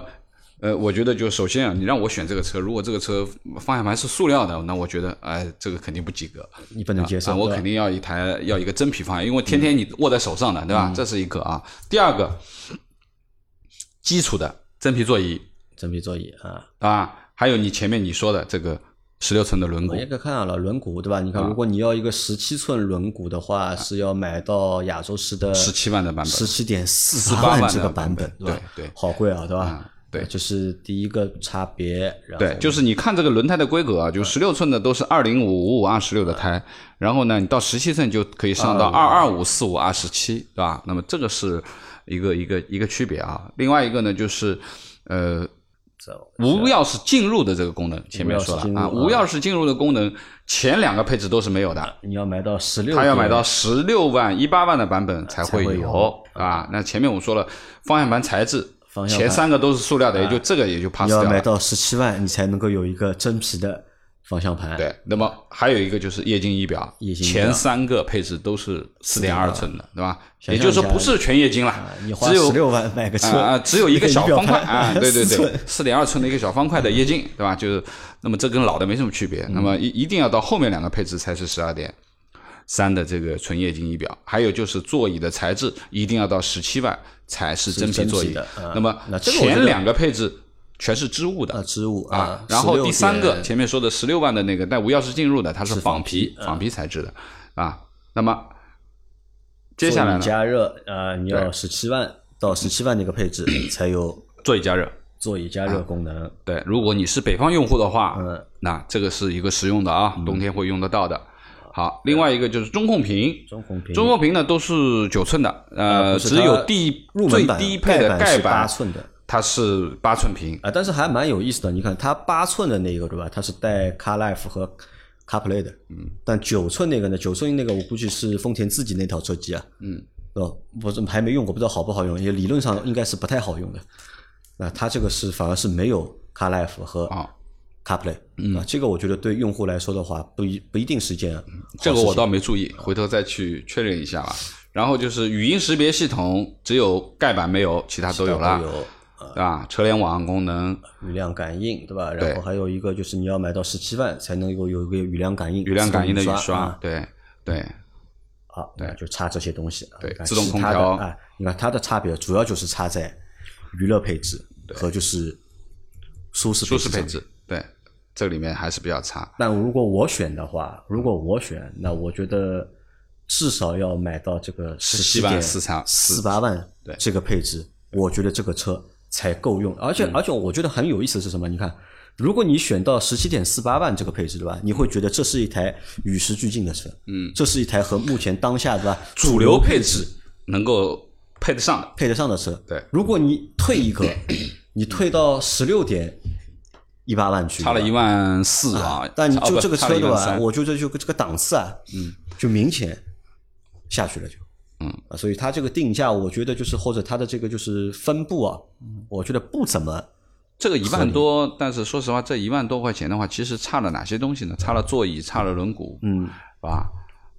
S3: 呃，我觉得就首先啊，你让我选这个车，如果这个车方向盘是塑料的，那我觉得，哎、这个肯定不及格。
S2: 你不能接受，
S3: 啊，我
S2: 对吧
S3: 肯定要一台要一个真皮方案，因为天天你握在手上的，对吧？这是一个啊。第二个，基础的真皮座椅
S2: 真皮座椅啊。
S3: 啊，还有你前面你说的这个十六寸的轮
S2: 我一
S3: 毂，
S2: 个看好了轮毂，对吧？你看，
S3: 啊
S2: 如果你要一个十七寸轮毂的话，是要买到亚洲狮的
S3: 17万的版本
S2: 十七点四
S3: 48万的
S2: 这个
S3: 版
S2: 本，
S3: 本
S2: 吧
S3: 对对嗯
S2: 好贵啊，对吧？
S3: 对
S2: 这是第一个差别。然后
S3: 对，就是你看这个轮胎的规格啊，就十六寸的都是二零五五五二十六的胎，然后呢，你到十七寸就可以上到二二五四五二十七，对吧？那么这个是一个一个一个区别啊。另外一个呢，就是呃，无钥匙进入的这个功能，前面说了啊，
S2: 无
S3: 无钥匙进入的功能前两个配置都是没有的，
S2: 你要买到十六，
S3: 它要买到十六万、一八万的版本才会
S2: 才会
S3: 有
S2: 有
S3: 啊。那前面我说了，方向盘材质
S2: 方向盘
S3: 前三个都是塑料的，也就这个也就 pass
S2: 你
S3: 掉
S2: 要买
S3: 了。
S2: 到十七万，你才能够有一个真皮的方向盘。
S3: 对，那么还有一个就是液晶仪表，
S2: 液晶仪表
S3: 前三个配置都是四点二寸的，对吧？
S2: 想象一
S3: 也
S2: 下
S3: 就是说不是全液晶了
S2: 啊，你花
S3: 只有
S2: 十六万买个车
S3: 啊、啊只有一个小方 块
S2: 一个仪表
S3: 啊
S2: 盘，
S3: 对对
S2: 四
S3: 对
S2: 寸，
S3: 四点二寸的一个小方块的液晶，对吧？就是，那么这跟老的没什么区别，那么
S2: 嗯
S3: 一一定要到后面两个配置才是十二点三的这个纯液晶仪表，还有就是座椅的材质一定要到十七万才是真皮座
S2: 是真皮
S3: 椅
S2: 的啊，
S3: 那么
S2: 那这个我觉得
S3: 前两个配置全是织物的
S2: 啊，织物
S3: 啊，然后第三个
S2: 16.4
S3: 前面说的十六万的那个带无钥匙进入的，它是仿皮
S2: 嗯
S3: 仿皮材质的啊。那么接下来
S2: 座椅
S3: 呢，
S2: 加热，呃，你要
S3: 对
S2: 十七万到十七万那个配 置才有
S3: 座椅加热。
S2: 座椅加热功能。
S3: 对，如果你是北方用户的话，
S2: 嗯，
S3: 那这个是一个实用的啊，冬天会用得到的。好，另外一个就是中控屏，
S2: 中控屏，
S3: 中控屏呢都是九寸的，
S2: 呃
S3: 呃，
S2: 不是
S3: 只有第
S2: 它入
S3: 最
S2: 门版
S3: 低配的盖
S2: 是八
S3: 板，
S2: 寸的。
S3: 它是八寸屏，
S2: 啊，但是还蛮有意思的。你看它八寸的那个对吧？它是带 CarLife 和 CarPlay 的，嗯，但九寸那个呢？九寸那个我估计是丰田自己那套车机啊，
S3: 嗯，
S2: 哦，我怎么还没用过？不知道好不好用，也理论上应该是不太好用的。那它这个是反而是没有 CarLife 和
S3: 啊
S2: CarPlay，嗯，啊，这个我觉得对用啊
S3: 嗯
S2: 户来说的话，不一不一定是一件好事情，
S3: 这个我倒没注意，回头再去确认一下吧。然后就是语音识别系统，只有盖板没有，其他都有了，
S2: 有
S3: 对吧？车联网功能、
S2: 雨量感应，对吧？
S3: 对
S2: 然后还有一个就是你要买到十七万才能够有一个雨量感应，
S3: 雨量感应的
S2: 雨
S3: 雨刷
S2: 啊，，
S3: 对对
S2: 好，那就差这些东西。
S3: 对
S2: 你看
S3: 自动
S2: 其
S3: 空
S2: 他的
S3: 调
S2: 啊，你看它的差别主要就是差在娱乐配置和就是舒适
S3: 舒适配
S2: 上面
S3: 置，对这个里面还是比较差。
S2: 那如果我选的话，如果我选，那我觉得至少要买到这个
S3: 17
S2: 点
S3: 万四三
S2: 四八万
S3: 对
S2: 这个配置，我觉得这个车才够用。而且、
S3: 嗯
S2: 而且我觉得很有意思的是什么？你看，如果你选到十七点四八万这个配置，对吧？你会觉得这是一台与时俱进的车，嗯，这是一台和目前当下对吧
S3: 主流配置能够配得上的，
S2: 配得上的车。
S3: 对
S2: 如果你退一个，你退到十六点一八万去，
S3: 差了
S2: 对吧
S3: 一万四啊。
S2: 但你
S3: 啊
S2: 就
S3: 不
S2: 这个
S3: 差
S2: 车
S3: 了一
S2: 对
S3: 万
S2: 吧？
S3: 三
S2: 我觉得就这个档次啊，嗯，就明显下去了就，
S3: 嗯
S2: 啊，所以它这个定价，我觉得就是或者它的这个就是分布啊，我觉得不怎么
S3: 这个一万多，但是说实话，这一万多块钱的话，其实差了哪些东西呢？差了座椅，差了轮毂，嗯，是吧？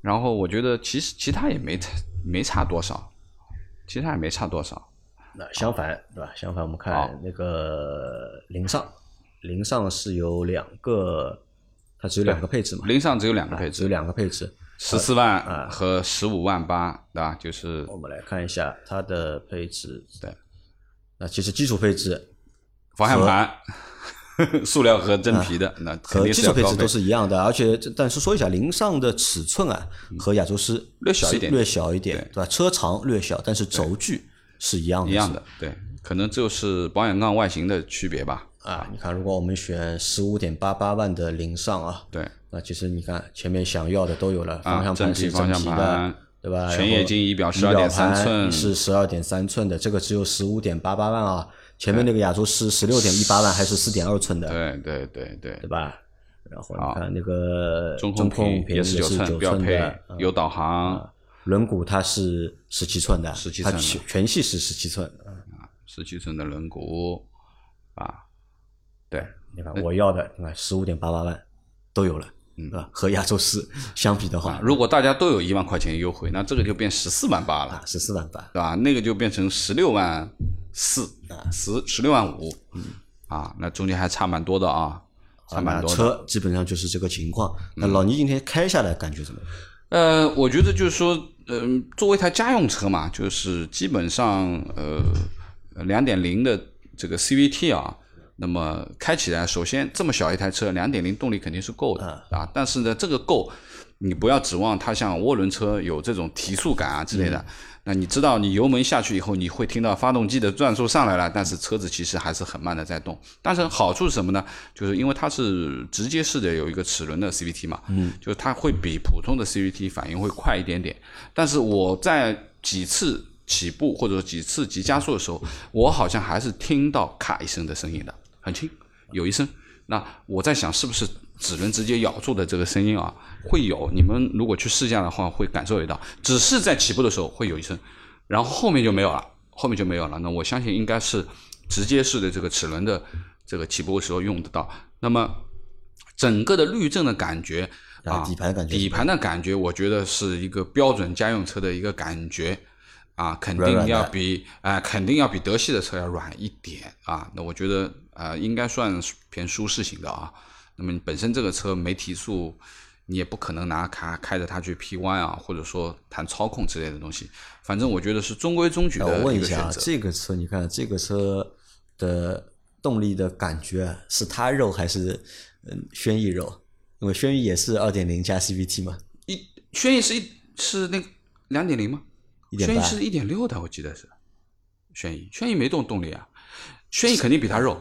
S3: 然后我觉得其实其他也没差没差多少，其他也没差多少。
S2: 那相反对吧？相反我们
S3: 好
S2: 看那个凌尚，凌尚是有两个，它只有两个配置嘛，啊
S3: 零上只有两个配
S2: 只有
S3: 置，
S2: 两个配嗯置。
S3: 十四万和十五万八，对吧？就是
S2: 我们来看一下它的配置，
S3: 对，
S2: 那其实基础配置
S3: 方向盘， 塑料和真皮的，那
S2: 嗯
S3: 肯
S2: 和
S3: 定
S2: 基础
S3: 是要
S2: 配
S3: 高
S2: 置
S3: 配
S2: 都。是一样的，而且这但是说一下，凌尚的尺寸啊和亚洲狮
S3: 嗯略小一点
S2: 是略小一点，
S3: 对
S2: 对吧？车长略小，但是轴距是一样的，
S3: 一样的，对，可能就是保险杠外形的区别吧。
S2: 啊。你看，如果我们选十五点八八万的凌尚啊，
S3: 对，
S2: 那其实你看前面想要的都有了，方向
S3: 真
S2: 盘
S3: 皮
S2: 是
S3: 啊方
S2: 真
S3: 向
S2: 皮
S3: 盘
S2: 的。对吧？
S3: 全液晶仪表12.3寸
S2: 是十二点三寸的，这个只有十五点八八万啊。前面那个亚洲狮十六点一八万还是四点二寸的，
S3: 对对对对
S2: 对，吧？然后
S3: 好
S2: 你看那个
S3: 中
S2: 控
S3: 屏
S2: 屏
S3: 也是
S2: 九
S3: 寸标
S2: 寸
S3: 配
S2: 的，嗯，
S3: 有导航，
S2: 轮毂它是十七寸的，
S3: 17
S2: 它
S3: 寸的
S2: 全全系是十七寸。嗯
S3: 十七寸的轮毂，啊，对，
S2: 你
S3: 哎
S2: 看我要的，你看十五点八八万都有了，
S3: 嗯
S2: 对吧？和亚洲狮相比的话，
S3: 啊如果大家都有一万块钱优惠，那这个就变十四万八了
S2: 啊，，十四万八，
S3: 对吧？那个就变成十六万四，十十六万五，啊，那中间还差蛮多的啊，差蛮
S2: 那
S3: 多的。嗯
S2: 车基本上就是这个情况。那老倪今天开下来感觉怎么样？
S3: 呃，我觉得就是说，嗯、作为一台家用车嘛，就是基本上呃，两点零的这个 CVT 啊，那么开起来，首先这么小一台车，两点零动力肯定是够的
S2: 嗯
S3: 啊，但是呢，这个够，你不要指望它像涡轮车有这种提速感啊之类的。那你知道，你油门下去以后，你会听到发动机的转速上来了，但是车子其实还是很慢的在动。但是好处是什么呢？就是因为它是直接式的有一个齿轮的 CVT 嘛，嗯，就是它会比普通的 CVT 反应会快一点点。但是我在几次起步或者说几次急加速的时候，我好像还是听到咔一声的声音的，很轻，有一声。那我在想，是不是齿轮直接咬住的这个声音啊，会有？你们如果去试驾的话，会感受得到，只是在起步的时候会有一声，然后后面就没有了，后面就没有了。那我相信应该是直接式的这个齿轮的这个起步的时候用得到。那么整个的滤震的感觉
S2: 啊
S3: 啊，
S2: 底盘感觉
S3: 底盘的感觉，我觉得是一个标准家用车的一个感觉。啊，肯
S2: 软软
S3: 定
S2: 的
S3: 要比啊、肯定要比德系的车要软一点啊。那我觉得啊，应该算是偏舒适型的啊。那么你本身这个车没提速，你也不可能拿卡开着它去 P 弯啊，或者说谈操控之类的东西。反正我觉得是中规中矩
S2: 那我
S3: 的
S2: 问
S3: 一
S2: 一
S3: 个
S2: 下
S3: 选
S2: 啊，
S3: 择。
S2: 这个车你看这个车的动力的感觉啊是它肉还是嗯轩逸肉？因为轩逸也是二点零加 CVT 嘛，
S3: 一轩逸是一是那个两点零吗？
S2: 1.8
S3: 轩逸是一点六的，我记得是。轩逸，轩逸没动动力啊，轩逸肯定比它肉。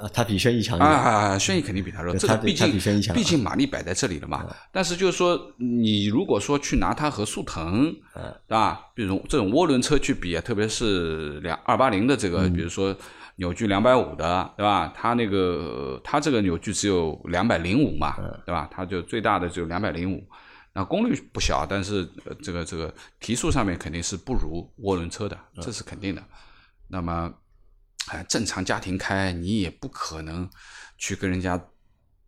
S2: 啊，它比轩逸强一点。
S3: 啊，轩逸肯定比它弱，
S2: 对
S3: 这个
S2: 它比
S3: 毕
S2: 它
S3: 竟
S2: 比轩逸强啊嗯
S3: 毕竟马力摆在这里了嘛。但是就是说，你如果说去拿它和速腾，
S2: 嗯
S3: 对吧？比如这种涡轮车去比，啊特别是两二八零的这
S2: 嗯
S3: 个，比如说扭矩两百五的，对吧？它那个它这个扭矩只有两百零五
S2: 嗯
S3: 嘛，对吧？它就最大的只有两百零五。那功率不小，但是呃这个这个提速上面肯定是不如涡轮车的，
S2: 嗯
S3: 这是肯定的。那么，哎，正常家庭开你也不可能去跟人家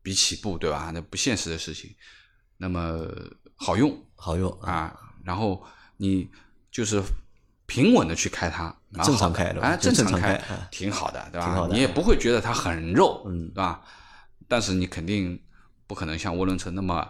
S3: 比起步，对吧？那不现实的事情。那么好用
S2: 好用啊
S3: 啊，然后你就是平稳的去开它，蛮好
S2: 正常开
S3: 的，
S2: 对吧
S3: 哎，
S2: 正
S3: 常
S2: 常
S3: 开
S2: 开哎
S3: 挺好的，对吧？
S2: 挺好的
S3: 你也不会觉得它很肉，嗯，对吧？但是你肯定不可能像涡轮车那么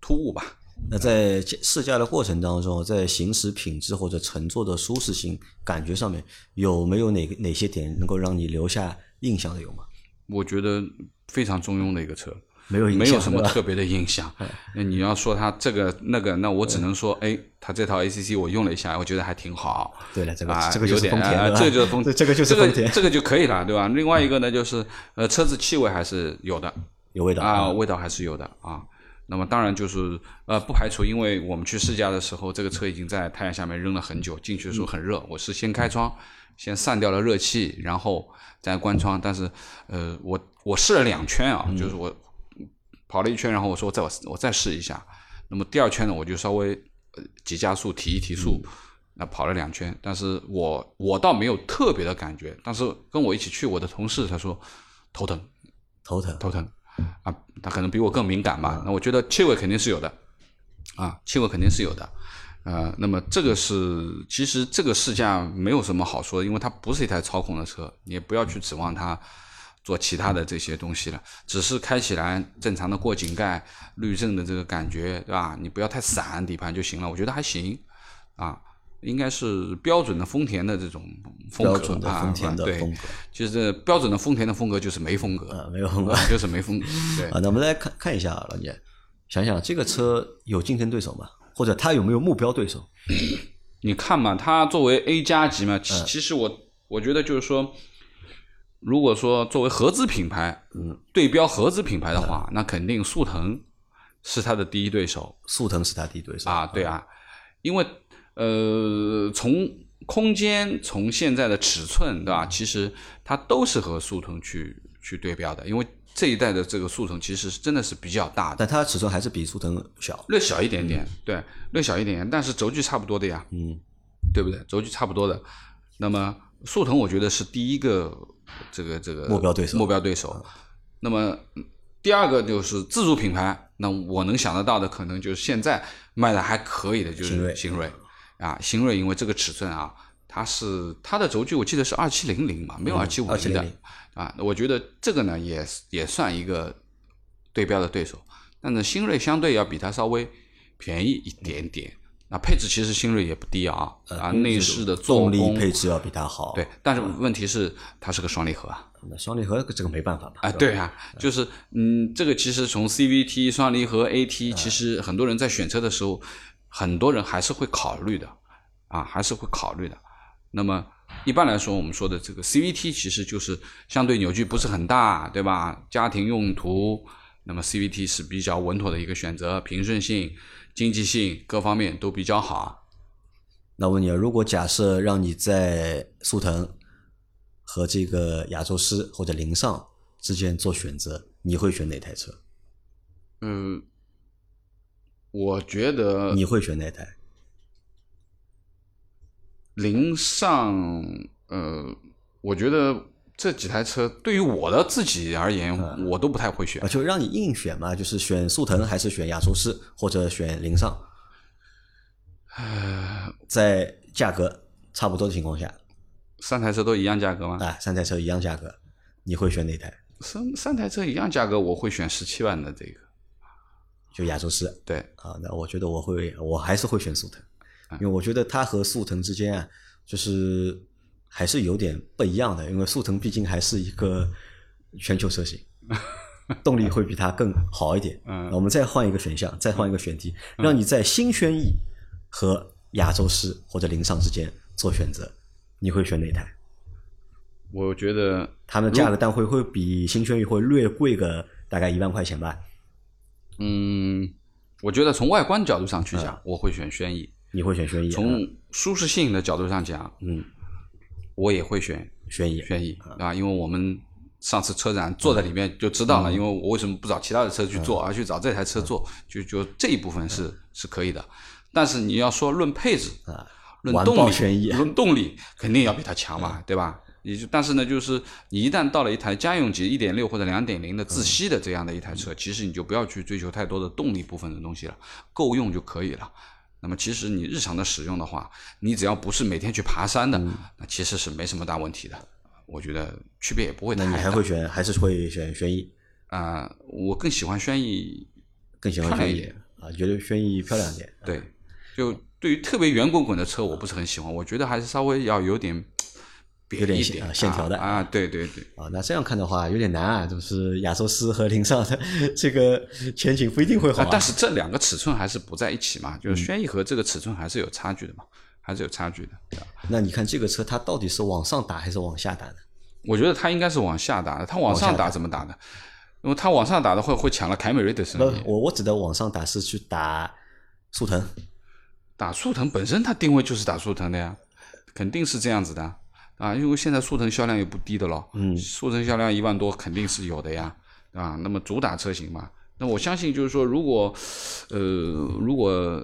S3: 突兀吧？
S2: 那在驾试驾的过程当中，在行驶品质或者乘坐的舒适性感觉上面，有没有哪个哪些点能够让你留下印象的有吗？
S3: 我觉得非常中庸的一个车，
S2: 没有印象，
S3: 没有什么
S2: 对吧哎
S3: 特别的印象。那你要说它这个那个，那我只能说，哎，它这套 ACC 我用了一下，我觉得还挺好。
S2: 对了，这个
S3: 啊，
S2: 这个就
S3: 有
S2: 是
S3: 点
S2: 丰田
S3: 啊，
S2: 对吧
S3: 这个就是丰，
S2: 这 这个 就是丰
S3: 这个
S2: 田，
S3: 这个就可以了，对吧？另外一个呢，就是呃，车子气味还是有的
S2: 有味道
S3: 啊，！味道还是有的啊。那么当然就是呃，不排除因为我们去试驾的时候，这个车已经在太阳下面扔了很久，进去的
S2: 嗯
S3: 时候很热，我是先开窗，先散掉了热气，然后再关窗。但是呃，我我试了两圈
S2: 嗯
S3: 啊，就是我跑了一圈，然后我说我再我我再试一下。那么第二圈呢，我就稍微呃急加速提一提速，
S2: 嗯
S3: 那跑了两圈，但是我我倒没有特别的感觉，但是跟我一起去我的同事他说头疼
S2: 头疼，
S3: 头疼啊，他可能比我更敏感
S2: 嗯
S3: 嘛，那我觉得气味肯定是有的啊，气味肯定是有的。呃，那么这个是其实这个试驾没有什么好说的，因为它不是一台操控的车，你也不要去指望它做其他的这些东西了，只是开起来正常的过井盖、滤震的这个感觉，对吧？你不要太散底盘就行了，我觉得还行啊，应该是标准的丰田的这种风格
S2: 标准的
S3: 啊
S2: 丰田的
S3: 对
S2: 风格，
S3: 就是标准的丰田的风格就是没风格，
S2: 啊没有风格
S3: 啊就是没风格。对
S2: 啊，，那我们来看看一下啊，老聂，想想这个车有竞争对手吗？或者它有没有目标对手？
S3: 你看嘛，它作为 A 加级嘛，其其实我我觉得就是说，如果说作为合资品牌，嗯，对标合资品牌的话，那肯定速腾是它的第一对手
S2: 速腾是它第一对手
S3: 啊，对，啊，因为呃，从空间从现在的尺寸，对吧？其实它都是和速腾去去对标的，因为这一代的这个速腾其实是真的是比较大的。
S2: 但它尺寸还是比速腾小，
S3: 略小一点点，对，略小一点点，但是轴距差不多的呀，嗯，对不对？轴距差不多的。那么速腾，我觉得是第一个这个这个
S2: 目标对手
S3: 目标对手。那么嗯第二个就是自主品牌，那我能想得到的可能就是现在卖的还可以的，就是
S2: 新锐
S3: 新锐啊，新锐，因为这个尺寸啊，它是它的轴距我记得是二七零零嘛，
S2: 嗯
S3: 没有二七五零的
S2: 2700
S3: 啊。我觉得这个呢也也算一个对标的对手，但是新锐相对要比它稍微便宜一点点。那配置其实新锐也不低啊，
S2: 呃
S3: 啊，内饰的做
S2: 动
S3: 工
S2: 力配置要比它好。
S3: 对，，但是问题是它是个双离合啊，
S2: 那双离合这个没办法嘛。
S3: 啊，
S2: 吧
S3: 对啊，就是嗯，这个其实从 CVT 双离合 AT，其实很多人在选车的时候，很多人还是会考虑的，啊，还是会考虑的。那么一般来说，我们说的这个 CVT 其实就是相对扭矩不是很大，对吧？家庭用途，那么 CVT 是比较稳妥的一个选择，平顺性、经济性各方面都比较好。
S2: 那我问你，如果假设让你在速腾和这个亚洲狮或者凌尚之间做选择，你会选哪台车？
S3: 嗯，我觉得
S2: 你会选哪台？
S3: 零上，呃，我觉得这几台车对于我的自己而言，我都不太会选
S2: 啊，。就让你硬选嘛，就是选速腾还是选亚洲狮或者选凌尚，在价格差不多的情况下，
S3: 三台车都一样价格吗？
S2: 啊，三台车一样价格，你会选哪台？
S3: 三三台车一样价格，我会选十七万的这个。
S2: 就亚洲狮
S3: 对，
S2: 啊，那我觉得我会，我还是会选速腾，
S3: 哎
S2: 因为我觉得它和速腾之间啊，就是还是有点不一样的，因为速腾毕竟还是一个全球 车型，动力会比它更好一点。
S3: 嗯
S2: 那我们再换一个选项，再换一个选题，让你在新轩逸和亚洲狮或者凌尚之间做选择，你会选哪台？
S3: 我觉得
S2: 它们价格但会会比新轩逸会略贵个大概一万块钱吧？
S3: 嗯，我觉得从外观角度上去讲，我会选轩逸；
S2: 你会选轩逸？
S3: 从
S2: 嗯
S3: 舒适性的角度上讲，
S2: 嗯，
S3: 我也会选
S2: 轩逸，
S3: 轩逸啊，因为我们上次车展坐在里面就知
S2: 嗯
S3: 道了，因为我为什么不找其他的车去做，而去找这台车做，就就这一部分是是可以的。但是你要说论配置
S2: 嗯啊，
S3: 论
S2: 完
S3: 动
S2: 爆嗯
S3: 力，
S2: 轩逸
S3: 论 动力肯定要比它强嘛，对吧？也就但是呢，就是你一旦到了一台家用级一点六或者两点零的
S2: 嗯
S3: 自吸的这样的一台车，其实你就不要去追求太多的动力部分的东西了，够用就可以了。那么其实你日常的使用的话，你只要不是每天去爬山的，
S2: 嗯
S3: 那其实是没什么大问题的。我觉得区别也不会太
S2: 那
S3: 大。
S2: 你还会选，还是会选轩逸，
S3: 啊、我更喜欢轩逸，
S2: 更喜欢
S3: 漂亮
S2: 轩
S3: 一
S2: 逸
S3: 点
S2: 啊？觉得轩逸漂亮一点。
S3: 对，就对于特别圆滚滚的车，我不是很喜欢，我觉得还是稍微要有点别
S2: 有点
S3: 一
S2: 线
S3: 点
S2: 啊线条的
S3: 啊啊，对对对，
S2: 啊，那这样看的话有点难啊，就是亚洲狮和凌尚的这个前景不一定会好、嗯
S3: 啊
S2: 啊。
S3: 但是这两个尺寸还是不在一起嘛，就是轩逸和这个尺寸还是有差距的嘛，还是有差距的，对吧？
S2: 那你看这个车它到底是往上打还是往下打呢？
S3: 我觉得它应该是往下打的，它往上打怎么打的？因为它往上打的话会抢了凯美瑞的生
S2: 不
S3: 意，。
S2: 我我指的往上打是去打速腾，
S3: 打速腾本身它定位就是打速腾的呀，肯定是这样子的啊啊，因为现在速腾销量也不低的咯，嗯，速腾销量一万多肯定是有的呀，啊，那么主打车型嘛，那我相信就是说，如果呃，如果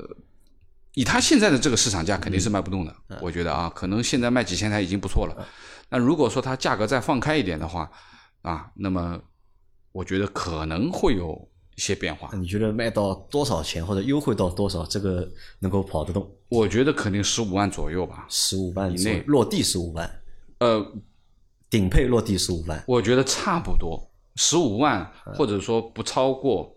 S3: 以它现在的这个市场价肯定是卖不动的，我觉得啊，可能现在卖几千台已经不错了，那如果说它价格再放开一点的话，啊，那么我觉得可能会有一些变化，
S2: 你觉得卖到多少钱或者优惠到多少，这个能够跑得动？
S3: 我觉得肯定十五万左右吧，
S2: 十五万
S3: 以
S2: 左
S3: 内
S2: 右落地十五万，
S3: 呃，
S2: 顶配落地十五万，
S3: 我觉得差不多十五万，或者说不超过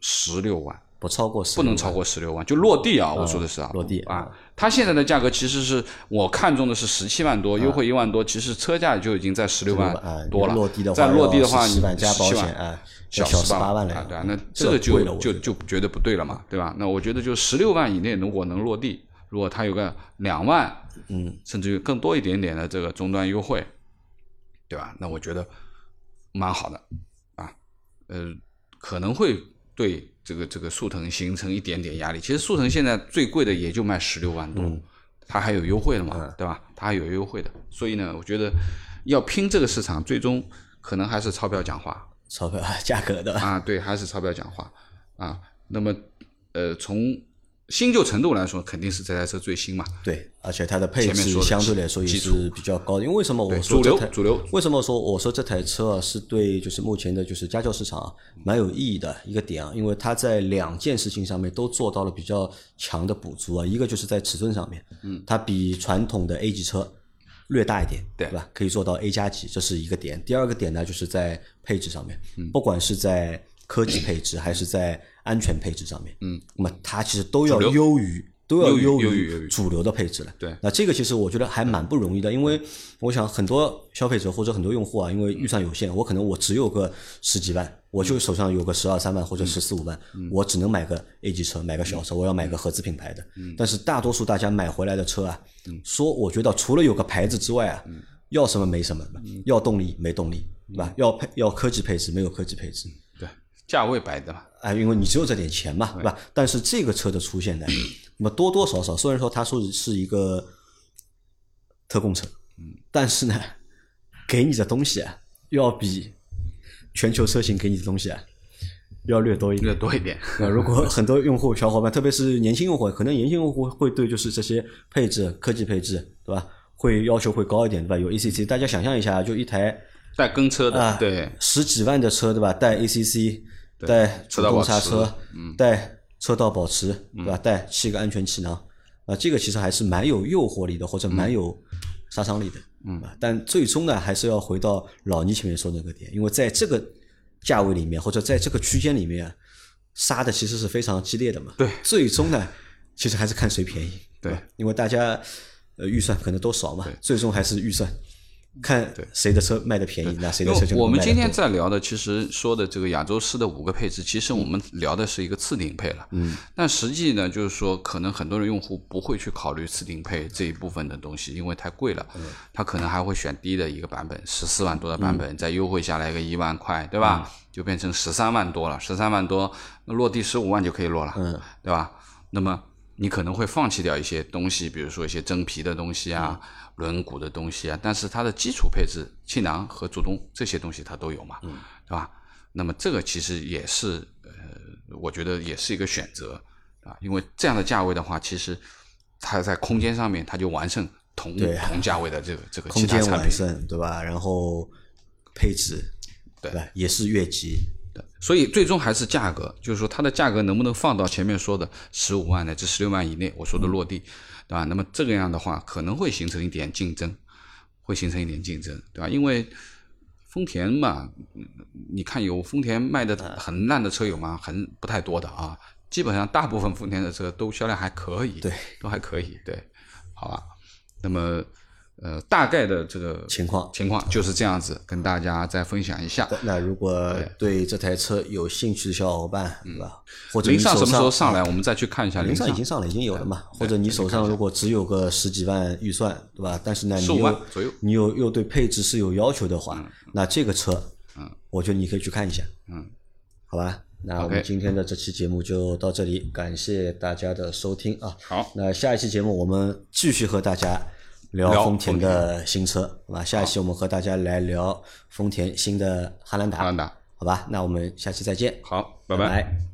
S3: 十六万，
S2: 不超过十，
S3: 不能超过十六万，就落地啊！我说的是啊，
S2: 落地
S3: 啊，它现在的价格其实是我看中的是十七万多，优惠一万多，其实车价就已经在嗯十六万哎
S2: 啊，
S3: 多了。
S2: 落地的话
S3: 再
S2: 要
S3: 落地的话，你
S2: 17万加保
S3: 17万
S2: 险啊
S3: 小
S2: 要小
S3: 18
S2: 18万了
S3: 啊，对啊，那
S2: 这个
S3: 这个
S2: 贵
S3: 就
S2: 了我
S3: 就
S2: 觉得
S3: 就觉得不对了嘛，对吧？那我觉得就十六万以内，如果能落地，如果它有个两万，嗯，甚至于更多一点点的这个终端优惠，对吧？那我觉得蛮好的啊，呃，可能会对这个这个速腾形成一点点压力。其实速腾现在最贵的也就卖十六万多，
S2: 嗯
S3: 它还有优惠的嘛，对吧？它还有优惠的，所以呢，我觉得要拼这个市场，最终可能还是钞票讲话
S2: 钞票呃价格的。
S3: 啊，对，还是钞票讲话啊。那么，呃，从新旧程度来说，肯定是这台车最新嘛，
S2: 对，而且它的配
S3: 前面
S2: 置
S3: 说的
S2: 相对来说也
S3: 基
S2: 是比较高的，因为为什么我
S3: 对，
S2: 说
S3: 主
S2: 这
S3: 流
S2: 台
S3: 主流
S2: 为什么说我说这台车啊是对就是目前的就是家轿市场啊蛮有意义的一个点啊？因为它在两件事情上面都做到了比较强的补足啊，一个就是在尺寸上面，嗯，它比传统的 A 级车略大一点，
S3: 对
S2: 吧？可以做到 A 加级，这是一个点。第二个点呢，就是在配置上面，
S3: 嗯
S2: 不管是在科技配置还是在安全配置上面，嗯，那么它其实都要
S3: 主流
S2: 优于都要
S3: 优于
S2: 优
S3: 优于优于
S2: 主流的配置了。
S3: 对
S2: 那这个其实我觉得还蛮不容易的，因为我想很多消费者或者很多用户啊，因为预算有限，我可能我只有个十几万，我就手上有个十二三万或者十四五万，我只能买个 A 级车，买个小车，我要买个合资品牌的。但是大多数大家买回来的车啊，说我觉得除了有个牌子之外啊，要什么没什么，要动力没动力，对吧？要配要科技配置没有科技配置，
S3: 对价位摆的嘛，
S2: 啊，因为你只有这点钱嘛，对吧？但是这个车的出现呢， 那么多多少少，虽然说它说是一个特供车，
S3: 嗯
S2: 但是呢，给你的东西啊，要比全球车型给你的东西啊，要略多一点
S3: 略。多一点。
S2: 那 如果很多用户小伙伴，特别是年轻用户，可能年轻用户会对就是这些配置、科技配置，对吧？会要求会高一点，对吧？有 ACC，大家想象一下，就一台
S3: 带跟车
S2: 啊
S3: 的，，对，
S2: 十几万的车对吧？带 ACC，带主动刹
S3: 车道保嗯
S2: 车，带车道保持，对吧？带七个安全气囊，啊，这个其实还是蛮有诱惑力的，或者
S3: 嗯
S2: 蛮有杀伤力的，嗯，但最终呢，还是要回到老倪前面说的那个点，因为在这个价位里面，或者在这个区间里面，啊杀的其实是非常激烈的嘛，
S3: 对，
S2: 最终呢，其实还是看谁便宜，
S3: 对
S2: 吧，因为大家呃预算可能都少嘛
S3: 对，
S2: 最终还是预算。看谁的车卖的便宜，那谁
S3: 因
S2: 的车就
S3: 为
S2: 能
S3: 我
S2: 卖
S3: 们
S2: 得
S3: 今天
S2: 多
S3: 在聊的，其实说的这个亚洲狮的五个配置，其实我们聊的是一个次顶配了。嗯，但实际呢，就是说，可能很多的用户不会去考虑次顶配这一部分的东西，因为太贵了。
S2: 嗯
S3: 他可能还会选低的一个版本，十四万多的版
S2: 嗯
S3: 本，再优惠下来个一万块，对吧？就变成十三万多了，十三万多，那落地十五万就可以落了，嗯，对吧？那么你可能会放弃掉一些东西，比如说一些真皮的东西
S2: 嗯
S3: 啊、轮毂的东西啊，但是它的基础配置、气囊和主动这些东西它都有嘛，
S2: 嗯
S3: 对吧？那么这个其实也是，呃，我觉得也是一个选择啊，因为这样的价位的话，其实它在空间上面它就完胜同
S2: 对啊
S3: 同价位的这个这个
S2: 空
S3: 其他
S2: 间
S3: 产
S2: 完
S3: 品，
S2: 胜，对吧？然后配置，
S3: 对
S2: 吧？也是越级，
S3: 对，所以最终还是价格，就是说它的价格能不能放到前面说的十五万乃至十六万以内，我说的落地，
S2: 嗯
S3: 对吧？那么这个样的话，可能会形成一点竞争，会形成一点竞争，对吧？因为丰田嘛，嗯你看有丰田卖的
S2: 嗯
S3: 很烂的车有吗？很不太多的啊，基本上大部分丰田的车都销量还可以，
S2: 对，
S3: 都还可以，对，好吧。那么呃，大概的这个
S2: 情况
S3: 情况就是这样子，跟大家再分享一下。
S2: 那如果对这台车有兴趣的小伙伴，对吧？或者你
S3: 零上
S2: 手
S3: 嗯什么时候
S2: 上
S3: 上啊来？我们再去看一下
S2: 零
S3: 上
S2: 上已经上了，已经有了嘛？或者你手上如果只有个十几万预算，对吧？但是呢，你
S3: 15万
S2: 又
S3: 左右
S2: 你又又对配置是有要求的话，那这个车，
S3: 嗯，
S2: 我觉得你可以去看一下，
S3: 嗯，
S2: 好吧？那我们
S3: OK
S2: 今天的这期节目就到这里，感谢大家的收听啊！
S3: 好，
S2: 那下一期节目我们继续和大家聊
S3: 聊
S2: 丰田
S3: 丰田
S2: 的新车，好吧？下一期我们和大家来聊丰田新的汉兰达，
S3: 汉兰达，
S2: 好吧？那我们下期再见，
S3: 好，拜
S2: 拜
S3: 拜
S2: 拜